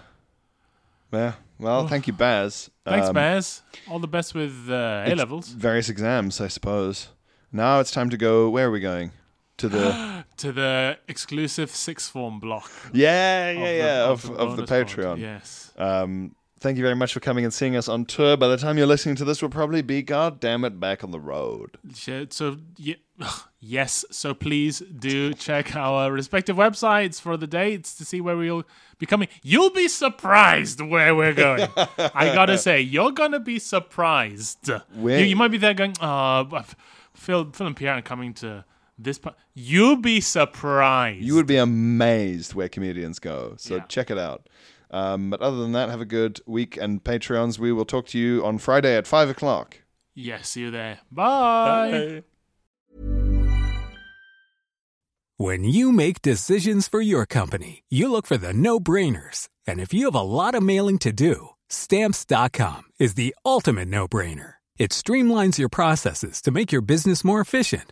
Speaker 2: Yeah. Well, thank you, Baz.
Speaker 3: Oh. Thanks,
Speaker 2: Um,
Speaker 3: Bears. All the best with uh, A
Speaker 2: Ex-
Speaker 3: levels.
Speaker 2: Various exams, I suppose. Now it's time to go. Where are we going? To
Speaker 3: *gasps*
Speaker 2: the
Speaker 3: To the exclusive six form block.
Speaker 2: yeah, yeah, yeah of
Speaker 3: of the,
Speaker 2: of, the
Speaker 3: bonus pod.
Speaker 2: Patreon.
Speaker 3: Yes.
Speaker 2: Um, thank you very much for coming and seeing us on tour. By the time you're listening to this, we'll probably be goddamn it back on the road.
Speaker 3: Sh- So, ye- *sighs* yes. So please do check our respective websites for the dates to see where we'll be coming. You'll be surprised where we're going. I
Speaker 2: *laughs*
Speaker 3: gotta say, you're gonna be surprised. You,
Speaker 2: Where-
Speaker 3: you might be there going, "Uh, but Phil, Phil and Pierre are coming to this part." You'll be surprised.
Speaker 2: You would be amazed where comedians go. So
Speaker 3: Yeah.
Speaker 2: check it out. Um, but other than that, have a good week. And Patreons, we will talk to you on Friday at five o'clock.
Speaker 3: Yes. See you there. Bye.
Speaker 7: When you make decisions for your company, you look for the no brainers. And if you have a lot of mailing to do, stamps.com is the ultimate no brainer. It streamlines your processes to make your business more efficient,